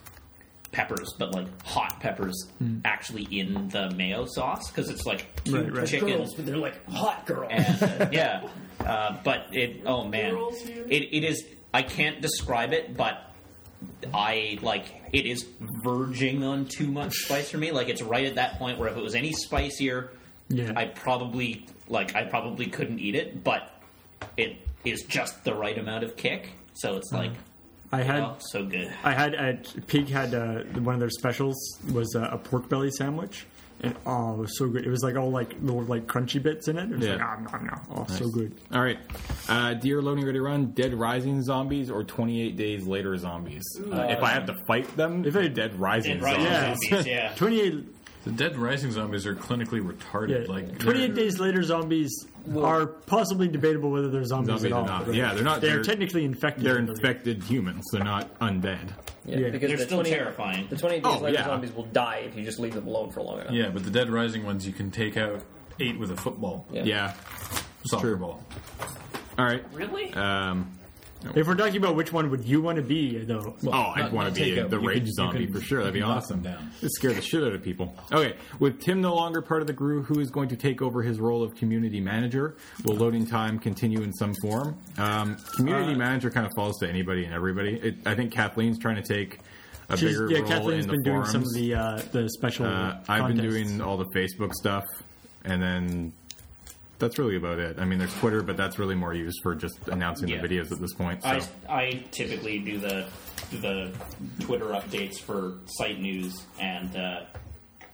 Speaker 5: peppers, but like hot peppers
Speaker 1: Hmm.
Speaker 5: actually in the mayo sauce because it's like cute
Speaker 2: Right, right.
Speaker 5: chicken.
Speaker 4: girls, but they're like hot girls.
Speaker 5: and, uh, yeah. Uh, but it, oh man, it, it is. I can't describe it, but I like it is verging on too much spice for me. Like it's right at that point where if it was any spicier,
Speaker 2: Yeah.
Speaker 5: I probably like I probably couldn't eat it. But it is just the right amount of kick, so it's like
Speaker 2: I had
Speaker 5: oh, so good.
Speaker 2: I had at Pig had uh, one of their specials was uh, a pork belly sandwich. And, oh, it was so good! It was like all like little like crunchy bits in it. It was
Speaker 1: Yeah.
Speaker 2: like nom nom nom. Oh, so good.
Speaker 1: All right, uh, dear Lonely Ready Run, Dead Rising zombies or 28 Days Later zombies? Uh, if I have to fight them, if they're Dead Rising
Speaker 5: Dead Rising
Speaker 1: zombies.
Speaker 5: zombies, yeah.
Speaker 2: Twenty eight.
Speaker 3: The dead rising zombies are clinically
Speaker 2: Yeah,
Speaker 3: retarded. Like
Speaker 2: twenty eight
Speaker 3: they're-
Speaker 2: days later, zombies are possibly debatable whether they're zombies,
Speaker 1: Zombies
Speaker 2: at
Speaker 1: are
Speaker 2: all.
Speaker 1: not- yeah, they're not-
Speaker 2: They're,
Speaker 1: they're-
Speaker 2: technically infected.
Speaker 1: They're
Speaker 2: I believe.
Speaker 1: infected humans. They're not undead.
Speaker 4: Yeah,
Speaker 2: Yeah.
Speaker 4: because
Speaker 5: They're
Speaker 4: the
Speaker 5: still
Speaker 4: 28
Speaker 5: terrifying.
Speaker 4: The 28 days
Speaker 1: Oh,
Speaker 4: later
Speaker 1: yeah.
Speaker 4: zombies will die if you just leave them alone for long enough.
Speaker 3: Yeah, but the dead rising ones you can take out eight with a football.
Speaker 4: Yeah.
Speaker 1: Yeah.
Speaker 3: Soccer
Speaker 1: true.
Speaker 3: ball.
Speaker 1: All right.
Speaker 5: Really?
Speaker 1: Um,
Speaker 2: If we're talking about which one would you want to be, though,
Speaker 1: oh, I'd want
Speaker 3: not- not
Speaker 1: to be
Speaker 3: take out,
Speaker 1: the
Speaker 3: but you
Speaker 1: rage
Speaker 3: can- you
Speaker 1: zombie
Speaker 3: can-
Speaker 1: for sure. That'd be
Speaker 3: you can knock
Speaker 1: awesome.
Speaker 3: them down.
Speaker 1: It'd scare the shit out of people. Okay, with Tim no longer part of the crew, who is going to take over his role of community manager? Will loading time continue in some form? Um,
Speaker 2: Uh,
Speaker 1: community manager kind of falls to anybody and everybody. It, I think Kathleen's trying to take a
Speaker 2: She's-
Speaker 1: bigger
Speaker 2: yeah,
Speaker 1: role
Speaker 2: Kathleen's
Speaker 1: in
Speaker 2: been
Speaker 1: the
Speaker 2: doing
Speaker 1: forums.
Speaker 2: some of the uh, the special.
Speaker 1: Uh, I've been
Speaker 2: contests.
Speaker 1: doing all the Facebook stuff, and then that's really about it. I mean, there's Twitter, but that's really more used for just announcing
Speaker 5: Yeah.
Speaker 1: the videos at this point. So.
Speaker 5: I, I typically do the do the Twitter updates for site news and uh,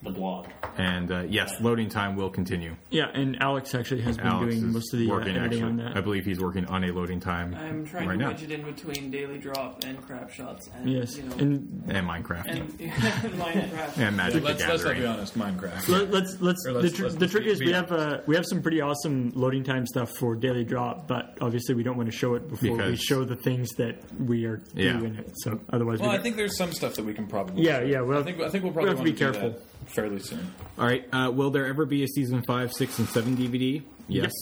Speaker 5: the blog.
Speaker 1: and uh, yes, loading time will continue.
Speaker 2: Yeah, and Alex actually has been
Speaker 1: Alex
Speaker 2: doing
Speaker 1: is
Speaker 2: most of the uh,
Speaker 1: working
Speaker 2: editing
Speaker 1: actually.
Speaker 2: on
Speaker 1: I
Speaker 2: that.
Speaker 1: believe he's working on a loading time
Speaker 7: I'm trying
Speaker 1: right
Speaker 7: to
Speaker 1: now
Speaker 7: wedge it in between daily drop and crap shots and
Speaker 2: Yes,
Speaker 7: you know
Speaker 2: and
Speaker 1: and Minecraft
Speaker 7: and Minecraft.
Speaker 1: and Magic the
Speaker 3: Let's, let's not
Speaker 1: Gathering.
Speaker 3: be honest, Minecraft.
Speaker 2: let, let's let's,
Speaker 3: Or let's-
Speaker 2: the, tr-
Speaker 3: let's
Speaker 2: the trick
Speaker 3: be-
Speaker 2: is we
Speaker 3: be-
Speaker 2: have uh, we have some pretty awesome loading time stuff for daily drop, but obviously we don't want to show it before we
Speaker 1: Because-
Speaker 2: show the things that we are
Speaker 1: Yeah.
Speaker 2: doing it. So otherwise,
Speaker 3: Well,
Speaker 2: we
Speaker 3: I
Speaker 2: don't-
Speaker 3: think there's some stuff that we can probably.
Speaker 2: Yeah, yeah, well,
Speaker 3: I think I think we'll
Speaker 2: we
Speaker 3: probably
Speaker 2: have to be
Speaker 3: wanna do
Speaker 2: careful.
Speaker 3: that fairly soon.
Speaker 1: All right. Uh, will there ever be a season five, six, and seven DVD? Yes.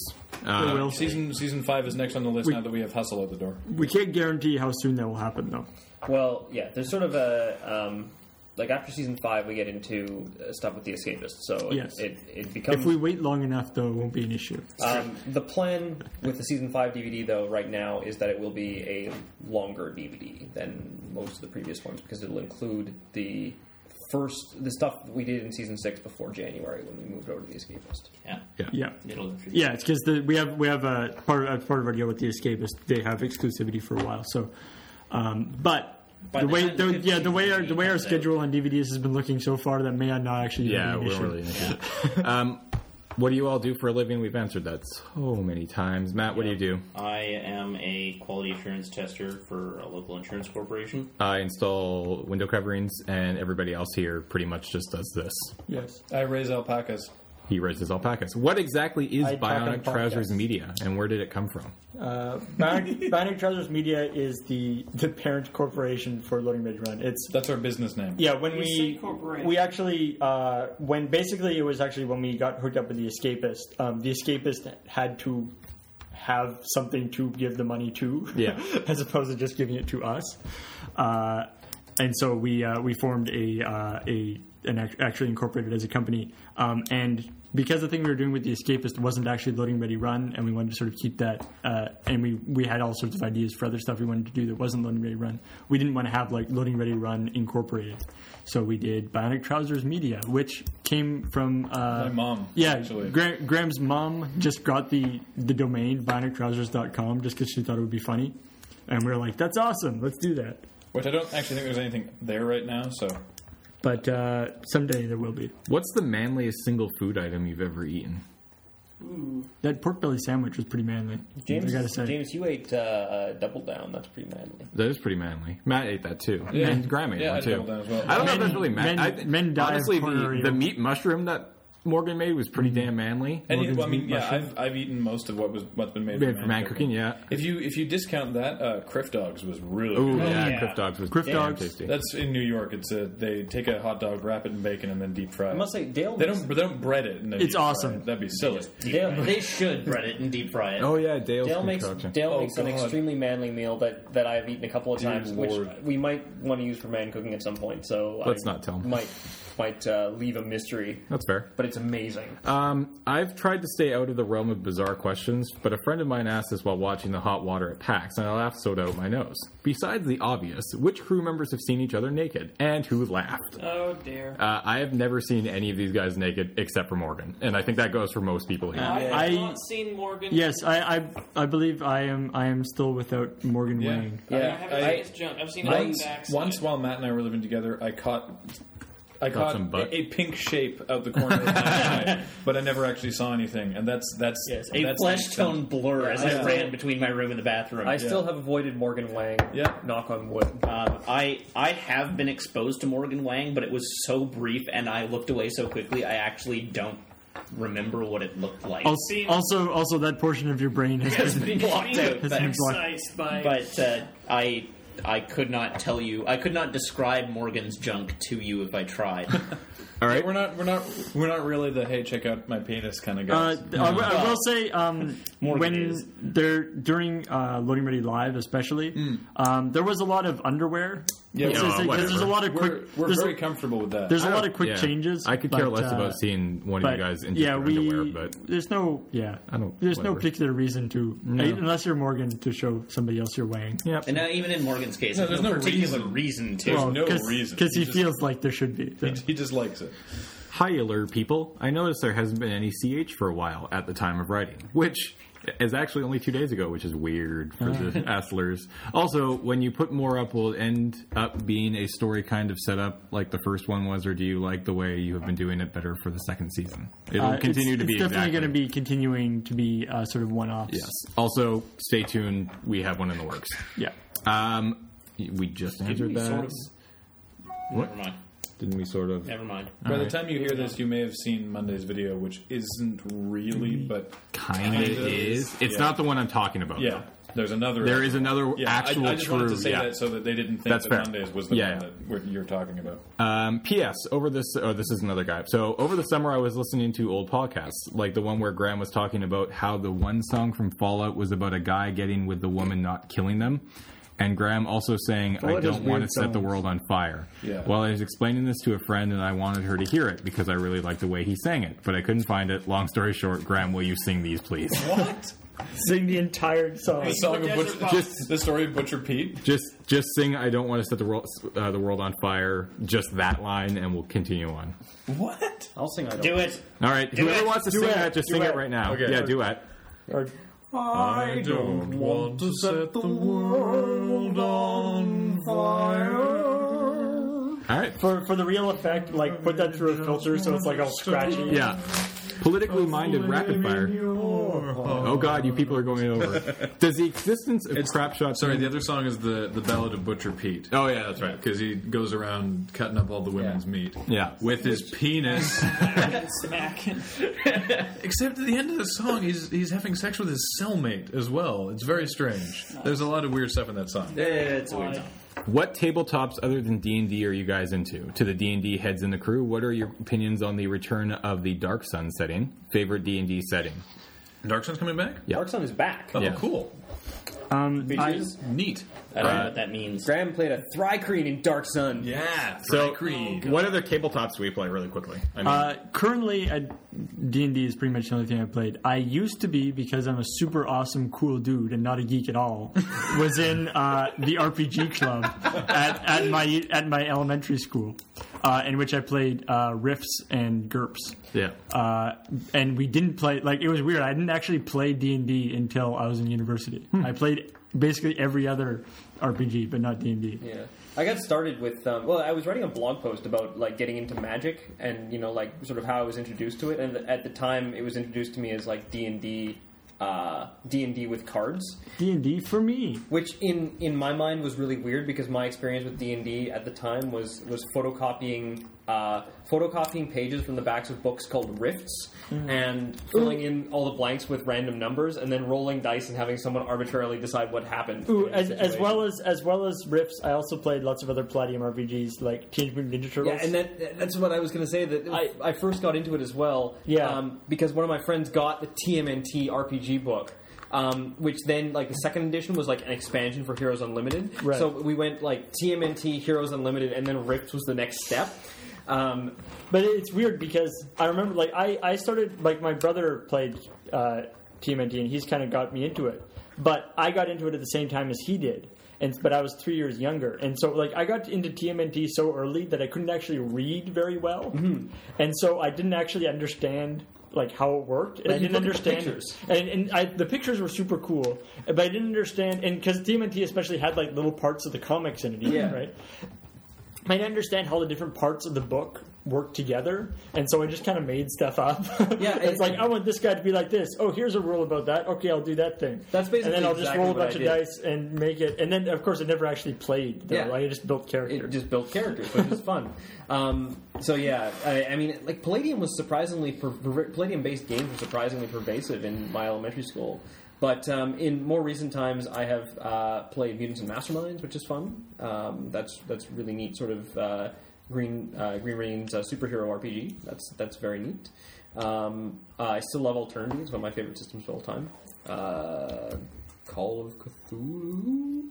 Speaker 2: we,
Speaker 1: Uh,
Speaker 2: will.
Speaker 3: Season season five is next on the list
Speaker 2: We-
Speaker 3: now that we have Hustle at the door.
Speaker 1: Mm-hmm.
Speaker 2: we can't guarantee how soon that will happen though.
Speaker 4: Well, yeah, there's sort of a um, like after season five, we get into uh, stuff with the escapist. So it-
Speaker 2: Yes.
Speaker 4: it, it becomes
Speaker 2: If we wait long enough, though, it won't be an issue.
Speaker 3: Uh,
Speaker 4: um, the plan with the season five DVD though right now is that it will be a longer DVD than most of the previous ones because it'll include the first the stuff we did in season six before January when we moved over to the escapist.
Speaker 5: Yeah.
Speaker 2: Yeah.
Speaker 5: It'll,
Speaker 2: Yeah, it's because we have we have a part of, part of our deal with the escapist. They have exclusivity for a while. So, um, but
Speaker 5: By
Speaker 2: the
Speaker 5: the
Speaker 2: way,
Speaker 5: time
Speaker 2: the,
Speaker 5: the
Speaker 2: yeah, the way our the way our
Speaker 5: comes out.
Speaker 2: schedule on DVDs has been looking so far, that may not actually
Speaker 1: yeah,
Speaker 2: be an
Speaker 1: we're
Speaker 2: issue.
Speaker 1: really into it. um, What do you all do for a living? We've answered that so many times. Matt, what do you do?
Speaker 5: I am a quality assurance tester for a local insurance corporation.
Speaker 1: I install window coverings, and everybody else here pretty much just does this.
Speaker 2: yes.
Speaker 3: I raise alpacas.
Speaker 1: He raises alpacas. What exactly is
Speaker 2: I talk on
Speaker 1: Bionic
Speaker 2: podcasts.
Speaker 1: Trousers Media, and where did it come from?
Speaker 2: Uh, Bionic, Bionic Trousers Media is the, the parent corporation for Loading Mid Run. It's
Speaker 3: That's our business name.
Speaker 2: yeah. When
Speaker 7: You say
Speaker 2: we
Speaker 7: corporation.
Speaker 2: we actually uh, when basically it was actually when we got hooked up with the Escapist. Um, the Escapist had to have something to give the money to,
Speaker 1: Yeah.
Speaker 2: as opposed to just giving it to us. Uh, and so we uh, we formed a uh, a an act- actually incorporated as a company. Um, and because the thing we were doing with the Escapist wasn't actually loading ready run, and we wanted to sort of keep that, uh, and we we had all sorts of ideas for other stuff we wanted to do that wasn't loading ready run. We didn't want to have like loading ready run incorporated, so we did Bionic Trousers Media, which came from uh,
Speaker 3: My mom,
Speaker 2: Yeah,
Speaker 3: actually.
Speaker 2: Gra- Graham's mom just got the the domain bionictrousers.com just because she thought it would be funny, and we were like, that's awesome, let's do that.
Speaker 3: Which I don't actually think there's anything there right now. So
Speaker 2: But uh, someday there will be.
Speaker 1: What's the manliest single food item you've ever eaten?
Speaker 2: That pork belly sandwich was pretty manly.
Speaker 4: James,
Speaker 2: I gotta say.
Speaker 4: James, you ate uh, uh, Double Down. That's pretty manly.
Speaker 1: That is pretty manly. Matt ate that too,
Speaker 3: Yeah.
Speaker 1: and Graham ate
Speaker 3: Yeah,
Speaker 1: one
Speaker 3: I
Speaker 1: too.
Speaker 3: doubled down as well.
Speaker 1: I don't know if
Speaker 2: Men-
Speaker 1: that's really man-
Speaker 2: men-
Speaker 1: I think-
Speaker 2: men die of
Speaker 1: honestly, the,
Speaker 2: coronary- Mm-hmm.
Speaker 1: the meat mushroom that Morgan made was pretty damn manly.
Speaker 3: And
Speaker 2: Morgan's
Speaker 3: well, I mean,
Speaker 2: meat
Speaker 3: yeah,
Speaker 2: mushroom.
Speaker 3: I've, I've eaten most of what was what's been made
Speaker 1: Made
Speaker 3: from
Speaker 1: from man cooking, yeah.
Speaker 3: If you if you discount that, uh, Criff Dogs was really
Speaker 1: Ooh,
Speaker 3: good.
Speaker 1: yeah,
Speaker 6: yeah.
Speaker 1: Griff Dogs was
Speaker 2: Griff
Speaker 1: damn
Speaker 2: Oh, Dogs.
Speaker 1: tasty.
Speaker 3: That's in New York. It's a they take a hot dog, wrap it in bacon, and then deep fry. it.
Speaker 4: I must say, Dale.
Speaker 3: they don't they don't bread it. And then
Speaker 2: It's
Speaker 3: deep fry
Speaker 2: awesome.
Speaker 3: it. That'd be silly.
Speaker 4: Dale,
Speaker 5: They should bread it and deep fry it.
Speaker 1: oh yeah, Dale's
Speaker 4: Dale makes
Speaker 1: concoction.
Speaker 4: Dale
Speaker 3: Oh,
Speaker 4: makes an
Speaker 3: God.
Speaker 4: extremely manly meal that, that I've eaten a couple of
Speaker 3: Dear
Speaker 4: times, which
Speaker 3: Lord.
Speaker 4: we might want to use for man cooking at some point. So
Speaker 1: Let's
Speaker 4: I
Speaker 1: not tell him.
Speaker 4: Might might uh, leave a mystery,
Speaker 1: That's fair.
Speaker 4: but it's amazing.
Speaker 1: Um, I've tried to stay out of the realm of bizarre questions, but a friend of mine asked this while watching the hot water at PAX, and I laughed so out my nose. Besides the obvious, which crew members have seen each other naked, and who laughed?
Speaker 7: Oh dear.
Speaker 1: Uh, I have never seen any of these guys naked except for Morgan, and I think that goes for most people here.
Speaker 7: I have
Speaker 2: I-
Speaker 7: not seen Morgan.
Speaker 2: yes, I, I I believe I am I am still without Morgan
Speaker 3: Yeah.
Speaker 2: Wang.
Speaker 7: I
Speaker 4: Yeah,
Speaker 7: haven't seen
Speaker 4: I,
Speaker 7: his junk. I've seen his
Speaker 3: Once,
Speaker 7: backside.
Speaker 3: once while Matt and I were living together, I caught. I caught,
Speaker 1: some butt.
Speaker 3: a, a pink shape out the corner of my eye, but I never actually saw anything, and that's that's
Speaker 5: Yes, a
Speaker 3: that's
Speaker 5: flesh tone blur as
Speaker 4: Yeah.
Speaker 5: I ran between my room and the bathroom.
Speaker 4: I still have avoided Morgan Wang.
Speaker 3: Yeah.
Speaker 4: knock on wood.
Speaker 5: Um, I I have been exposed to Morgan Wang, but it was so brief, and I looked away so quickly. I actually don't remember what it looked like.
Speaker 2: Also, also, also that portion of your brain has
Speaker 5: It's
Speaker 2: been
Speaker 5: been blocked out,
Speaker 2: Has been
Speaker 5: but,
Speaker 2: blocked.
Speaker 7: Excised by
Speaker 5: but uh, I I could not tell you. I could not describe Morgan's junk to you if I tried.
Speaker 1: All right,
Speaker 3: We're not we're not we're not really the hey check out my penis kind of
Speaker 2: Uh,
Speaker 3: guys.
Speaker 2: I, will- I will say um,
Speaker 5: Morgan
Speaker 2: when
Speaker 5: is.
Speaker 2: there during uh, Loading Ready Live, especially, um, there was a lot of underwear.
Speaker 3: Yeah,
Speaker 2: It's
Speaker 3: well,
Speaker 2: just like- 'cause there's a
Speaker 1: Hmm. whatever.
Speaker 2: lot of quick.
Speaker 3: we're we're
Speaker 2: there's,
Speaker 3: very
Speaker 2: a,
Speaker 3: comfortable with that.
Speaker 2: there's a lot of quick
Speaker 1: Yeah.
Speaker 2: changes.
Speaker 1: I could care
Speaker 2: but,
Speaker 1: less
Speaker 2: uh,
Speaker 1: about seeing one
Speaker 2: But
Speaker 1: of you guys in
Speaker 2: yeah,
Speaker 1: different
Speaker 2: we
Speaker 1: underwear, but
Speaker 2: there's no yeah.
Speaker 1: I don't-
Speaker 2: There's no
Speaker 1: whatever.
Speaker 2: particular reason to I- unless you're Morgan to show somebody else you're weighing.
Speaker 1: yeah,
Speaker 5: and now, even in Morgan's case,
Speaker 3: No,
Speaker 5: there's
Speaker 3: there's
Speaker 5: no,
Speaker 3: no
Speaker 5: particular reason, to.
Speaker 3: Well, no reason.
Speaker 2: because he,
Speaker 3: He just-
Speaker 2: feels like there should be. so.
Speaker 3: he just likes it.
Speaker 1: Hi, alert people. I noticed there hasn't been any CH for a while at the time of writing, which is actually only two days ago, which is weird for the Astlers. Also, when you put more up, will it end up being a story kind of set up like the first one was, or do you like the way you have been doing it better for the second season? It'll
Speaker 2: Uh, it's-
Speaker 1: continue to
Speaker 2: it's
Speaker 1: be
Speaker 2: definitely
Speaker 1: exactly.
Speaker 2: going to be continuing to be uh, sort of one offs.
Speaker 1: Yes. Also, stay tuned. We have one in the works.
Speaker 2: Yeah.
Speaker 1: Um, we just answered
Speaker 5: we
Speaker 1: that.
Speaker 5: sort of-
Speaker 1: What?
Speaker 5: Never mind.
Speaker 1: Didn't we sort of?
Speaker 5: Never mind.
Speaker 3: By the time you hear this, you may have seen Monday's video, which isn't really, but
Speaker 1: Kind of
Speaker 3: Kinda
Speaker 1: is.
Speaker 3: is.
Speaker 1: It's
Speaker 3: Yeah.
Speaker 1: not the one I'm talking about.
Speaker 3: yeah, there's another.
Speaker 1: There is another
Speaker 3: yeah, I-
Speaker 1: actual
Speaker 3: I, just
Speaker 1: true.
Speaker 3: wanted to say
Speaker 1: yeah.
Speaker 3: that so that they didn't think
Speaker 1: That's
Speaker 3: that
Speaker 1: fair.
Speaker 3: Mondays was the
Speaker 1: Yeah, yeah.
Speaker 3: one that we're- you're talking about.
Speaker 1: Um, P.S. Over this, oh, this is another guy. So over the summer, I was listening to old podcasts, like the one where Graham was talking about how the one song from Fallout was about a guy getting with the woman, not killing them. And Graham also saying, "I
Speaker 2: Fallout has
Speaker 1: don't want to
Speaker 2: weird
Speaker 1: set the
Speaker 2: songs.
Speaker 1: world on fire."
Speaker 3: Yeah.
Speaker 1: Well, I was explaining this to a friend, and I wanted her to hear it because I really liked the way he sang it, but I couldn't find it. Long story short, Graham, will you sing these, please?
Speaker 3: What?
Speaker 2: Sing the entire song.
Speaker 3: the song of
Speaker 7: Desert
Speaker 3: Butcher,
Speaker 7: Fox.
Speaker 3: just the story of Butcher Pete.
Speaker 1: just, just sing. I don't want to set the world, uh, the world on fire. Just that line, and we'll continue on.
Speaker 3: What?
Speaker 4: I'll sing. I don't.
Speaker 5: Do it.
Speaker 1: All right. Whoever
Speaker 5: it.
Speaker 1: wants to sing
Speaker 2: Duet.
Speaker 1: that, just sing
Speaker 2: Duet.
Speaker 1: it right now.
Speaker 3: Okay.
Speaker 1: Yeah, duet.
Speaker 2: Or-
Speaker 3: I don't want to set the world on fire.
Speaker 1: All right.
Speaker 2: for for the real effect, like put that through a filter so it's like all scratchy.
Speaker 1: Yeah. Politically minded rapid fire. Oh God, you people are going over. it. Does the existence of
Speaker 3: It's-
Speaker 1: crap shots?
Speaker 3: Sorry, the other song is the the Ballad of Butcher Pete.
Speaker 1: Oh yeah, that's right.
Speaker 3: Because he goes around cutting up all the women's meat.
Speaker 1: Yeah.
Speaker 3: With his penis.
Speaker 7: Smack.
Speaker 3: Except at the end of the song, he's he's having sex with his cellmate as well. It's very strange. There's a lot of weird stuff in that song.
Speaker 5: It's a weird song.
Speaker 1: What tabletops other than D and D are you guys into? To the D and D heads in the crew, what are your opinions on the return of the Dark Sun setting? Favorite D and D setting?
Speaker 3: Dark Sun's coming back?
Speaker 1: Yeah.
Speaker 4: Dark Sun is back.
Speaker 3: Oh,
Speaker 1: Yeah.
Speaker 3: cool.
Speaker 2: Um,
Speaker 4: Which
Speaker 2: I,
Speaker 4: is-
Speaker 3: Neat.
Speaker 5: I don't know what that means.
Speaker 4: Graham played a Thrycreen in Dark Sun.
Speaker 3: Yeah.
Speaker 1: So,
Speaker 3: Creed.
Speaker 1: what other tabletops do we play really quickly? I mean,
Speaker 2: uh, currently, D and D is pretty much the only thing I played. I used to be because I'm a super awesome, cool dude and not a geek at all. was in uh, the RPG club at, at my at my elementary school, uh, in which I played uh, riffs and GURPS.
Speaker 1: yeah.
Speaker 2: uh, and we didn't play like it was weird. I didn't actually play D and D until I was in university. I played basically every other RPG, but not D and D.
Speaker 4: Yeah. I got started with um, well, I was writing a blog post about like getting into magic and you know like sort of how I was introduced to it. And at the time, it was introduced to me as like D and D, uh, D and D with cards,
Speaker 2: D and D for me.
Speaker 4: which in in my mind was really weird because my experience with D and D at the time was was photocopying uh, photocopying pages from the backs of books called rifts
Speaker 2: Mm.
Speaker 4: and filling in all the blanks with random numbers and then rolling dice and having someone arbitrarily decide what happened.
Speaker 2: Ooh,
Speaker 4: in a
Speaker 2: as, as
Speaker 4: situation.
Speaker 2: well as as well as riffs, I also played lots of other Palladium RPGs like Teenage Mutant Ninja Turtles.
Speaker 4: Yeah, and that, that's what I was going to say. That I, I first got into it as well.
Speaker 2: Yeah.
Speaker 4: Um, because one of my friends got the TMNT RPG book. Um, which then, like the second edition, was like an expansion for Heroes Unlimited.
Speaker 2: Right.
Speaker 4: So we went like TMNT, Heroes Unlimited, and then Rift was the next step. Um,
Speaker 2: But it's weird because I remember, like, I, I started, like, my brother played uh, TMNT, and he's kind of got me into it. But I got into it at the same time as he did, and but I was three years younger, and so like I got into TMNT so early that I couldn't actually read very well,
Speaker 4: Mm-hmm.
Speaker 2: and so I didn't actually understand like how it worked, and I
Speaker 4: you
Speaker 2: didn't
Speaker 4: look at the
Speaker 2: understand
Speaker 4: pictures.
Speaker 2: and, and I, the pictures were super cool, but I didn't understand, and because TMNT especially had like little parts of the comics in it, even,
Speaker 4: Yeah.
Speaker 2: right? I didn't understand how the different parts of the book work together, and so I just kind of made stuff up.
Speaker 4: Yeah,
Speaker 2: it's
Speaker 4: it-
Speaker 2: like I want this guy to be like this. Oh, here's a rule about that. Okay, I'll do that thing.
Speaker 4: That's basically
Speaker 2: and then I'll just
Speaker 4: exactly
Speaker 2: roll a
Speaker 4: what I
Speaker 2: bunch of
Speaker 4: did.
Speaker 2: dice and make it. And then, of course, I never actually played. Though.
Speaker 4: Yeah.
Speaker 2: Like, I just built
Speaker 4: it
Speaker 2: characters.
Speaker 4: just built characters, which is fun. Um, so yeah, I, I mean, like Palladium was surprisingly per- per- Palladium-based games were surprisingly pervasive in my elementary school. But um, in more recent times, I have uh, played Mutants and Masterminds, which is fun. Um, that's that's really neat, sort of uh, Green uh, Green Rain's uh, superhero RPG. That's that's very neat. Um, I still love Alternity; it's one of my favorite systems of all time. Uh, Call of Cthulhu.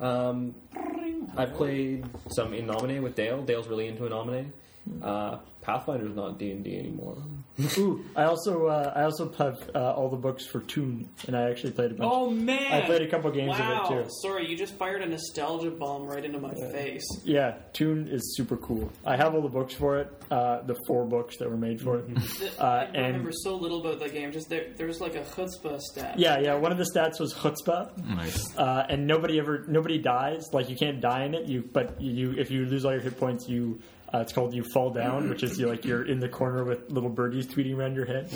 Speaker 4: Um, I played some in Nomine with Dale. Dale's really into Inomine. Uh, Pathfinder's not D and D anymore.
Speaker 2: Ooh, I also uh, I also have uh, all the books for Toon, and I actually played a bunch.
Speaker 7: Oh man!
Speaker 2: I played a couple games of it,
Speaker 7: wow.
Speaker 2: too.
Speaker 7: Sorry, you just fired a nostalgia bomb right into my face.
Speaker 2: Yeah, Toon is super cool. I have all the books for it, uh, the four books that were made for it.
Speaker 4: Mm-hmm.
Speaker 2: Uh,
Speaker 7: I remember
Speaker 2: and
Speaker 7: so little about that game. Just there, there was like a chutzpah stat.
Speaker 2: yeah, yeah, one of the stats was chutzpah.
Speaker 1: nice.
Speaker 2: uh, and nobody ever nobody dies. Like you can't die in it. You but you if you lose all your hit points, you uh, it's called you fall down, which is you like you're in the corner with little birdies tweeting around your head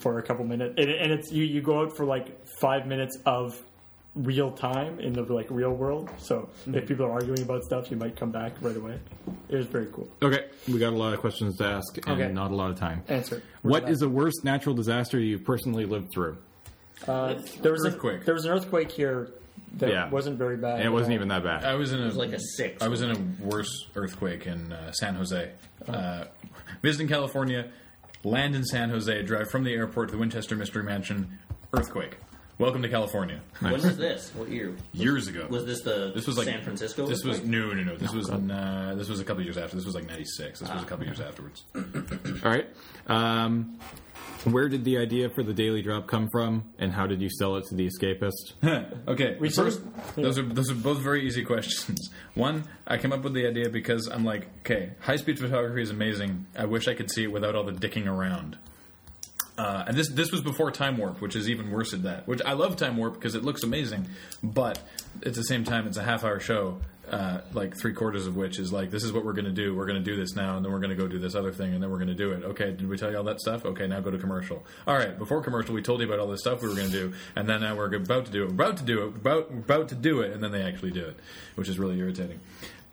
Speaker 2: for a couple minutes, and, and it's you you go out for like five minutes of real time in the like real world. So
Speaker 1: Mm-hmm.
Speaker 2: if people are arguing about stuff, you might come back right away. It was very cool.
Speaker 1: Okay, we got a lot of questions to ask and
Speaker 2: Okay.
Speaker 1: not a lot of time.
Speaker 2: Answer.
Speaker 1: What is the worst natural disaster you've personally lived through?
Speaker 2: Uh, there was
Speaker 3: Earthquake.
Speaker 2: A, there was an earthquake here that
Speaker 1: Yeah.
Speaker 2: wasn't very bad.
Speaker 1: And it wasn't even that bad.
Speaker 3: I was in a
Speaker 5: like a six.
Speaker 3: I was in a worse earthquake in uh, San Jose.
Speaker 2: Oh.
Speaker 3: Uh, visiting California, land in San Jose, drive from the airport to the Winchester Mystery Mansion, earthquake. Welcome to California.
Speaker 5: When was this? What year?
Speaker 3: Years ago.
Speaker 5: Was this the
Speaker 3: This was like
Speaker 5: San Francisco?
Speaker 3: This was no, no, no.
Speaker 2: Oh,
Speaker 3: This was in, uh, this was a couple years after. This was like '96. This was a
Speaker 2: Ah.
Speaker 3: couple years afterwards.
Speaker 1: All right. Um, where did the idea for the daily drop come from, and how did you sell it to the escapist?
Speaker 3: Okay,
Speaker 2: We
Speaker 3: first,
Speaker 2: sort of-
Speaker 3: those are those are both very easy questions. One, I came up with the idea because I'm like, okay, high speed photography is amazing. I wish I could see it without all the dicking around. Uh, and this this was before Time Warp, which is even worse at that. Which I love Time Warp because it looks amazing, but at the same time, it's a half hour show. Uh, uh, like three quarters of which is like, this is what we're going to do. We're going to do this now, and then we're going to go do this other thing, and then we're going to do it. Okay, did we tell you all that stuff? Okay, now go to commercial. All right, before commercial, we told you about all this stuff we were going to do, and then now we're about to do it. We're about to do it. We're about, we're about to do it, and then they actually do it, which is really irritating.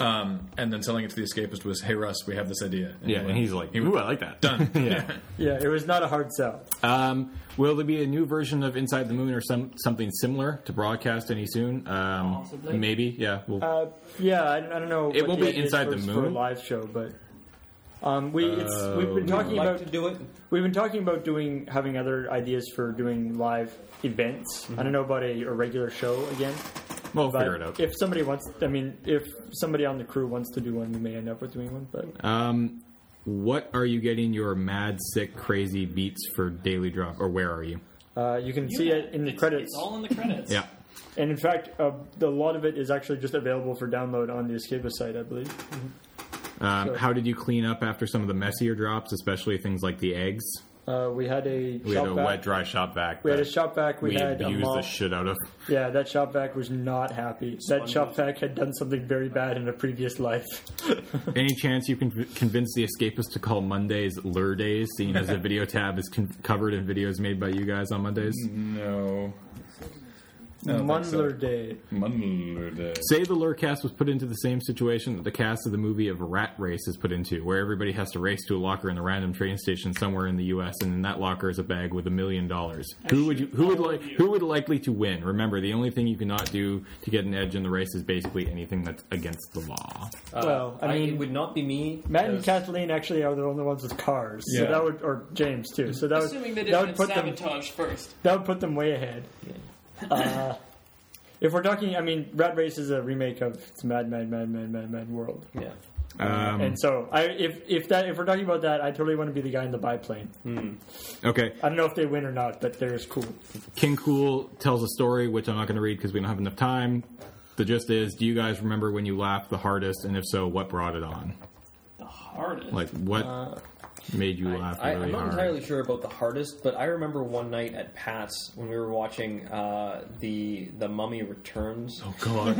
Speaker 3: Um, and then selling it to the escapist was, hey Russ, we have this idea. And
Speaker 1: Yeah,
Speaker 3: he
Speaker 1: and
Speaker 3: went,
Speaker 1: he's like, ooh, I like that.
Speaker 3: done.
Speaker 1: yeah.
Speaker 2: Yeah, it was not a hard sell.
Speaker 1: Um, will there be a new version of Inside the Moon or some something similar to broadcast any soon? Um,
Speaker 7: Possibly.
Speaker 1: Maybe. Yeah. We'll,
Speaker 2: Uh, yeah, I, I don't know.
Speaker 1: It
Speaker 2: what
Speaker 1: won't
Speaker 2: the
Speaker 1: be
Speaker 2: idea is
Speaker 1: inside
Speaker 2: for-
Speaker 1: the
Speaker 2: for a
Speaker 1: moon? Uh,
Speaker 2: live show, but um, we it's, we've been talking
Speaker 4: like
Speaker 2: about
Speaker 4: to do it.
Speaker 2: we've been talking about doing having other ideas for doing live events. I don't know about a, a regular show again,
Speaker 1: Mm-hmm. we'll
Speaker 2: but
Speaker 1: figure it out.
Speaker 2: if somebody wants, I mean, if somebody on the crew wants to do one, we may end up with doing one. But
Speaker 1: um, what are you getting your mad, sick, crazy beats for daily drop, or where are you?
Speaker 2: uh, you can see it in the
Speaker 6: It's-
Speaker 2: credits,
Speaker 6: It's all in the credits.
Speaker 1: Yeah.
Speaker 2: and in fact, uh, the, a lot of it is actually just available for download on the Escapist site, I believe.
Speaker 1: Um,
Speaker 2: Sure.
Speaker 1: How did you clean up after some of the messier drops, especially things like the eggs?
Speaker 2: Uh, we had a
Speaker 1: We
Speaker 2: shop
Speaker 1: had a
Speaker 2: vac.
Speaker 1: wet, dry shop vac.
Speaker 2: we had a
Speaker 1: that
Speaker 2: shop vac. We,
Speaker 1: we
Speaker 2: had a
Speaker 1: abused
Speaker 2: mop.
Speaker 1: the shit out of.
Speaker 2: Yeah, that shop vac was not happy. That shop vac had done something very bad in a previous life.
Speaker 1: Any chance you can convince the escapist to call Mondays lure days, seeing as the video tab is con- covered in videos made by you guys on Mondays?
Speaker 3: No. I don't think so.
Speaker 2: Mundler Day.
Speaker 3: Mundler Day.
Speaker 1: Say the lure cast was put into the same situation that the cast of the movie of Rat Race is put into, where everybody has to race to a locker in a random train station somewhere in the U.S. and in that locker is a bag with a million dollars. Who would you? Who would like? Who would likely to win? Remember, the only thing you cannot do to get an edge in the race is basically anything that's against the law.
Speaker 4: Uh,
Speaker 2: Well, I mean-
Speaker 4: it would not be me.
Speaker 2: Matt and
Speaker 4: Yes.
Speaker 2: Kathleen actually are the only ones with cars, so
Speaker 3: Yeah.
Speaker 2: that would or James too. So that
Speaker 7: Assuming
Speaker 2: would
Speaker 7: they
Speaker 2: that would
Speaker 7: didn't
Speaker 2: put them
Speaker 7: sabotage first.
Speaker 2: that would put them way ahead. Uh, if we're talking, I mean, Rat Race is a remake of it's Mad Mad Mad Mad Mad Mad World,
Speaker 4: Yeah.
Speaker 3: Mm-hmm.
Speaker 1: Um,
Speaker 2: and so I if if that if we're talking about that, I totally want to be the guy in the biplane.
Speaker 3: Mm-hmm.
Speaker 1: okay,
Speaker 2: I don't know if they win or not, but they're as cool.
Speaker 1: King Cool tells a story, which I'm not going to read because we don't have enough time. The gist is, do you guys remember when you laughed the hardest, and if so, what brought it on?
Speaker 7: The hardest.
Speaker 1: Like, what made you laugh
Speaker 4: Uh, I,
Speaker 1: really
Speaker 4: I'm not
Speaker 1: hard?
Speaker 4: entirely sure about the hardest, but I remember one night at Pat's when we were watching uh, the the Mummy Returns.
Speaker 3: Oh God!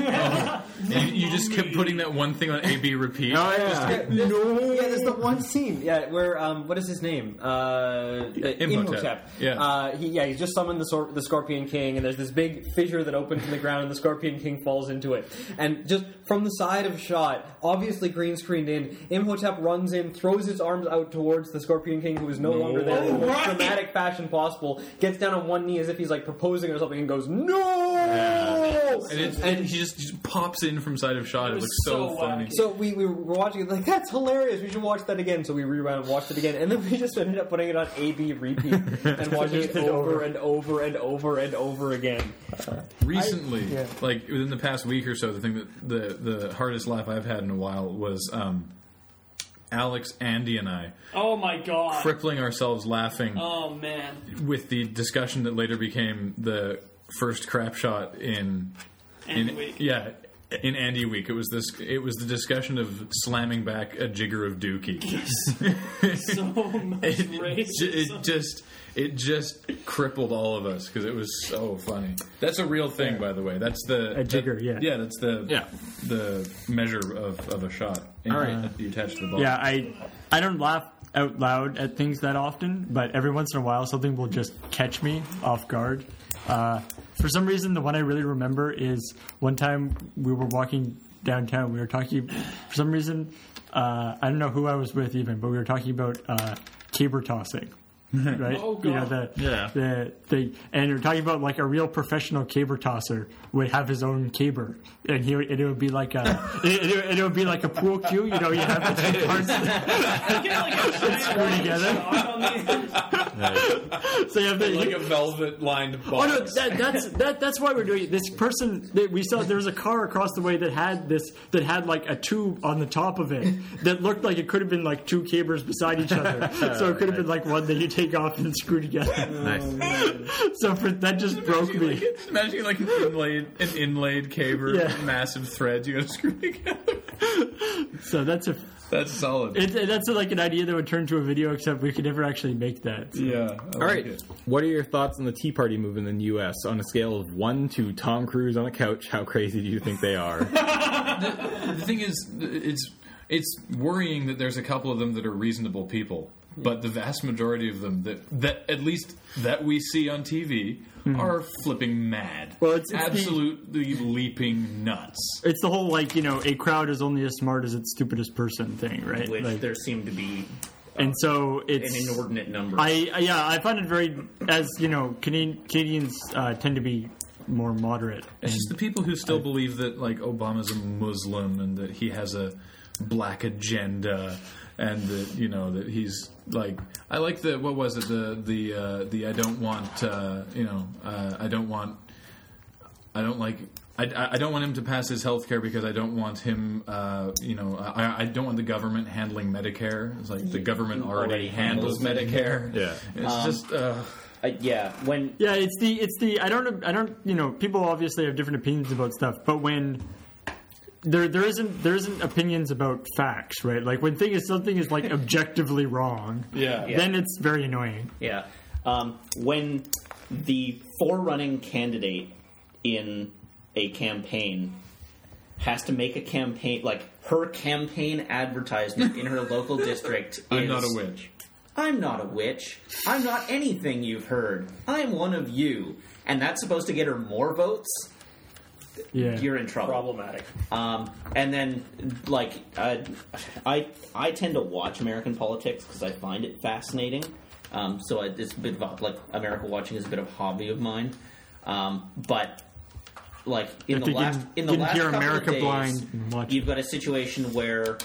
Speaker 3: you, you just kept putting that one thing on AB repeat.
Speaker 1: Oh yeah,
Speaker 4: Yeah, there's the one scene. Yeah, where um, what is his name? Uh, uh, Imhotep.
Speaker 3: Yeah.
Speaker 4: Uh, he, yeah, he's just summoned the, sor- the Scorpion King, and there's this big fissure that opens in the ground, and the Scorpion King falls into it. And just from the side of shot, obviously green screened in, Imhotep runs in, throws his arms out towards the Scorpion King, who is no longer there, in the most dramatic fashion possible. Gets down on one knee as if he's like proposing or something, and goes no.
Speaker 3: And, it, and he just, just pops in from side of shot. It,
Speaker 7: was
Speaker 3: looks so,
Speaker 7: so
Speaker 3: funny.
Speaker 7: wacky.
Speaker 4: So we, we were watching it like that's hilarious. We should watch that again. So we rewound, and watched it again, and then we just ended up putting it on AB repeat and watching it
Speaker 2: Just did
Speaker 4: over
Speaker 2: over.
Speaker 4: and over and over and over again.
Speaker 3: Recently,
Speaker 2: yeah.
Speaker 3: like within the past week or so, the thing that the the hardest laugh I've had in a while was um, Alex, Andy, and I
Speaker 7: Oh my god.
Speaker 3: crippling ourselves laughing
Speaker 7: Oh man.
Speaker 3: with the discussion that later became the first crap shot in
Speaker 7: And
Speaker 3: in-
Speaker 7: we-
Speaker 3: Yeah, in Andy Week, it was this. It was the discussion of slamming back a jigger of Dookie.
Speaker 7: so much
Speaker 3: it, ju-
Speaker 7: racism.
Speaker 3: it just it just crippled all of us because it was so funny. That's a real thing, by the way. That's the
Speaker 2: A jigger,
Speaker 3: that-
Speaker 2: yeah.
Speaker 3: yeah. That's the
Speaker 1: Yeah.
Speaker 3: the measure of, of a shot. And
Speaker 1: All right.
Speaker 3: you attach to the ball.
Speaker 2: Yeah, I I don't laugh out loud at things that often, but every once in a while something will just catch me off guard. Uh, for some reason, the one I really remember is one time we were walking downtown. We were talking for some reason uh, I don't know who I was with even, but we were talking about uh, caber tossing. Right,
Speaker 7: Oh,
Speaker 2: you know the
Speaker 7: God.
Speaker 1: Yeah.
Speaker 2: the thing, and we're talking about like a real professional caber tosser would have his own caber, and he would, and it would be like a it, it, it would be like a pool cue, you know, you have the two parts
Speaker 7: Yeah, like a giant
Speaker 2: screwed together.
Speaker 7: shot on the-
Speaker 2: So you have the,
Speaker 3: like a velvet lined
Speaker 2: oh
Speaker 3: ball.
Speaker 2: no, that, that's that, that's why we're doing it. This person that we saw there was a car across the way that had this that had like a tube on the top of it that looked like it could have been like two cabers beside each other. so it could have been like one that you take off and screw together.
Speaker 4: Um,
Speaker 1: nice.
Speaker 2: so for, that just broke
Speaker 3: Imagine,
Speaker 2: me.
Speaker 3: like, imagine like an inlaid an inlaid caber,
Speaker 2: Yeah.
Speaker 3: massive threads you gotta screw together.
Speaker 2: So that's a
Speaker 3: That's solid.
Speaker 2: It, that's like an idea that would turn to a video, except we could never actually make that.
Speaker 3: yeah. I
Speaker 1: All
Speaker 3: like
Speaker 1: right.
Speaker 3: it.
Speaker 1: What are your thoughts on the Tea Party movement in the U.S. on a scale of one to Tom Cruise on a couch? How crazy do you think they are?
Speaker 3: The thing is, it's it's worrying that there's a couple of them that are reasonable people, but the vast majority of them that that at least that we see on TV are flipping mad.
Speaker 2: Hmm. Well, it's- it's the-
Speaker 3: absolutely leaping nuts.
Speaker 2: It's the whole like you know a crowd is only as smart as its stupidest person thing, right?
Speaker 5: which
Speaker 2: Like,
Speaker 5: there seem to be uh,
Speaker 2: and so
Speaker 5: an
Speaker 2: it's
Speaker 5: inordinate number.
Speaker 2: I, I yeah I find it very as you know Canadian, Canadians uh, tend to be more moderate.
Speaker 3: It's just the people who still believe that like Obama's a Muslim and that he has a black agenda and that you know that he's like I like the what was it the the uh, the I don't want uh, you know uh, I don't want I don't like. I- I, I don't want him to pass his health care because I don't want him, uh, you know, I, I don't want the government handling Medicare. It's like the government already handles Medicare.
Speaker 1: Yeah.
Speaker 3: It's just, uh,
Speaker 5: Uh, yeah, when
Speaker 2: Yeah, it's the it's the I don't I don't you know people obviously have different opinions about stuff, but when there there isn't there isn't opinions about facts, right? Like when thing is something is like objectively wrong,
Speaker 3: Yeah. Yeah.
Speaker 2: then it's very annoying.
Speaker 5: Yeah. Um, when the forerunning candidate in a campaign has to make a campaign, like her campaign advertisement in her local district
Speaker 3: I'm
Speaker 5: is,
Speaker 3: not a witch.
Speaker 5: I'm not a witch. I'm not anything you've heard. I'm one of you. And that's supposed to get her more votes?
Speaker 2: Yeah,
Speaker 5: You're in trouble.
Speaker 4: Problematic.
Speaker 5: Um, and then, like, uh, I I tend to watch American politics because I find it fascinating. Um, so I, it's a bit of a- like America watching is a bit of a hobby of mine. Um, but like in
Speaker 2: If
Speaker 5: the
Speaker 2: you
Speaker 5: last
Speaker 2: can-
Speaker 5: in the
Speaker 2: can
Speaker 5: last
Speaker 2: hear
Speaker 5: couple
Speaker 2: America
Speaker 5: of days,
Speaker 2: blind and watch
Speaker 5: you've got a situation where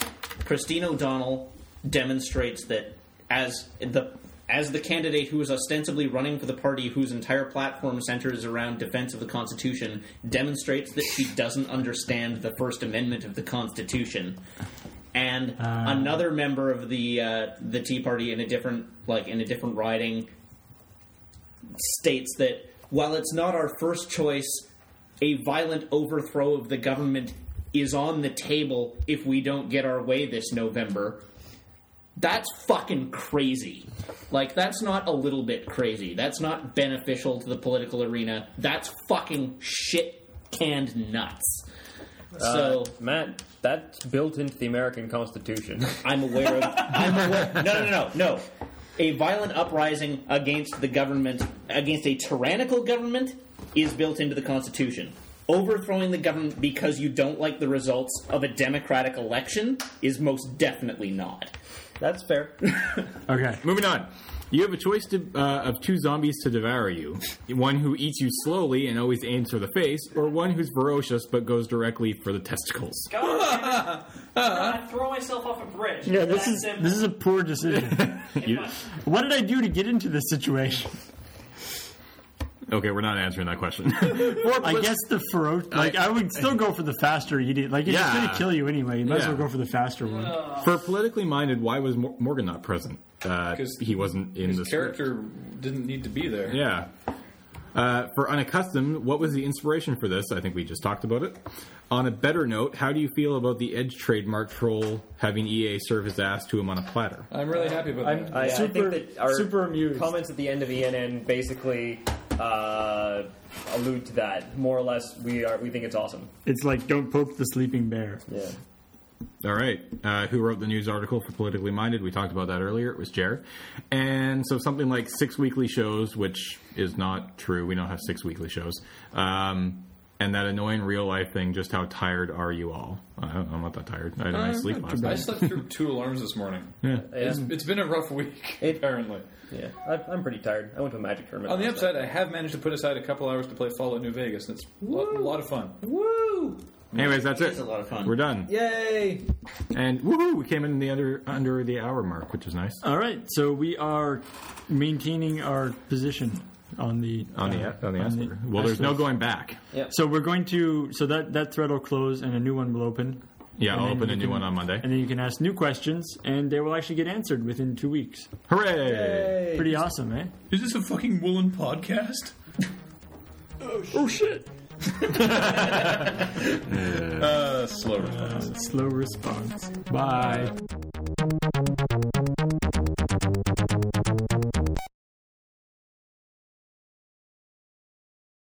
Speaker 5: Christine O'Donnell demonstrates that as the as the candidate who is ostensibly running for the party whose entire platform centers around defense of the Constitution demonstrates that she doesn't understand the First Amendment of the Constitution. And
Speaker 2: Uh.
Speaker 5: another member of the uh, the Tea Party in a different like in a different riding states that while it's not our first choice, a violent overthrow of the government is on the table if we don't get our way this November. That's fucking crazy. Like, that's not a little bit crazy. That's not beneficial to the political arena. That's fucking shit canned nuts. So
Speaker 4: Matt, that's built into the American Constitution.
Speaker 5: I'm aware of. I'm aware. No, no, no, no. A violent uprising against the government, against a tyrannical government, is built into the Constitution. Overthrowing the government because you don't like the results of a democratic election is most definitely not.
Speaker 4: That's fair.
Speaker 2: okay.
Speaker 1: Moving on. You have a choice to, uh, of two zombies to devour you one who eats you slowly and always aims for the face, or one who's ferocious but goes directly for the testicles.
Speaker 7: I throw myself off a bridge.
Speaker 2: Yeah, this
Speaker 7: That's
Speaker 2: is
Speaker 7: simple.
Speaker 2: this is a poor decision.
Speaker 1: You-
Speaker 2: what did I do to get into this situation?
Speaker 1: okay, we're not answering that question.
Speaker 2: I guess the ferocious. Like I, would still go for the faster eating. Like it's
Speaker 1: Yeah.
Speaker 2: going to kill you anyway. You might as
Speaker 1: Yeah.
Speaker 2: well go for the faster one.
Speaker 1: for politically minded, why was Mor- Morgan not present? Uh,
Speaker 3: 'Cause
Speaker 1: he wasn't in
Speaker 3: His
Speaker 1: the script.
Speaker 3: character didn't need to be there.
Speaker 1: Yeah. Uh, for unaccustomed, what was the inspiration for this? I think we just talked about it. On a better note, how do you feel about the Edge trademark troll having EA serve his ass to him on a platter?
Speaker 3: I'm really happy about that.
Speaker 4: I, I
Speaker 2: Super-
Speaker 4: think that our
Speaker 2: super amused.
Speaker 4: comments at the end of ENN basically uh, allude to that. More or less, we are we think it's awesome.
Speaker 2: It's like don't poke the sleeping bear.
Speaker 4: Yeah.
Speaker 1: All right. Uh, who wrote the news article for Politically Minded? We talked about that earlier. It was Jer. And so something like six weekly shows, which is not true. We don't have six weekly shows. Um, and that annoying real life thing, just how tired are you all? I don't, I'm not that tired. I had a
Speaker 4: Uh,
Speaker 2: Uh,
Speaker 1: nice sleep last
Speaker 3: I
Speaker 1: night.
Speaker 3: slept through two alarms this morning.
Speaker 1: Yeah.
Speaker 3: It's, it's been a rough week,
Speaker 4: It-
Speaker 3: apparently.
Speaker 4: Yeah. I, I'm pretty tired. I went to a magic tournament.
Speaker 3: On the
Speaker 4: last
Speaker 3: upside, I have managed to put aside a couple hours to play Fallout New Vegas, and it's a lot, a lot of fun.
Speaker 5: Woo!
Speaker 1: Anyways, that's it.
Speaker 5: It's a lot of fun.
Speaker 1: We're done.
Speaker 3: Yay!
Speaker 1: And woohoo, we came in the under under the hour mark, which is nice.
Speaker 2: All right, so we are maintaining our position on the
Speaker 1: On the
Speaker 2: uh,
Speaker 1: on the iceberg. Well, there's no
Speaker 2: iceberg.
Speaker 1: going back.
Speaker 2: So we're going to so that that thread will close and a new one will open.
Speaker 1: Yeah,
Speaker 2: And
Speaker 1: I'll
Speaker 2: then
Speaker 1: open a
Speaker 2: you
Speaker 1: new
Speaker 2: can-
Speaker 1: one on Monday.
Speaker 2: And then you can ask new questions, and they will actually get answered within two weeks.
Speaker 1: Hooray!
Speaker 2: Pretty awesome, eh?
Speaker 3: Is this a fucking woolen podcast? oh shit! oh shit! slow response.
Speaker 2: Slow response. Bye.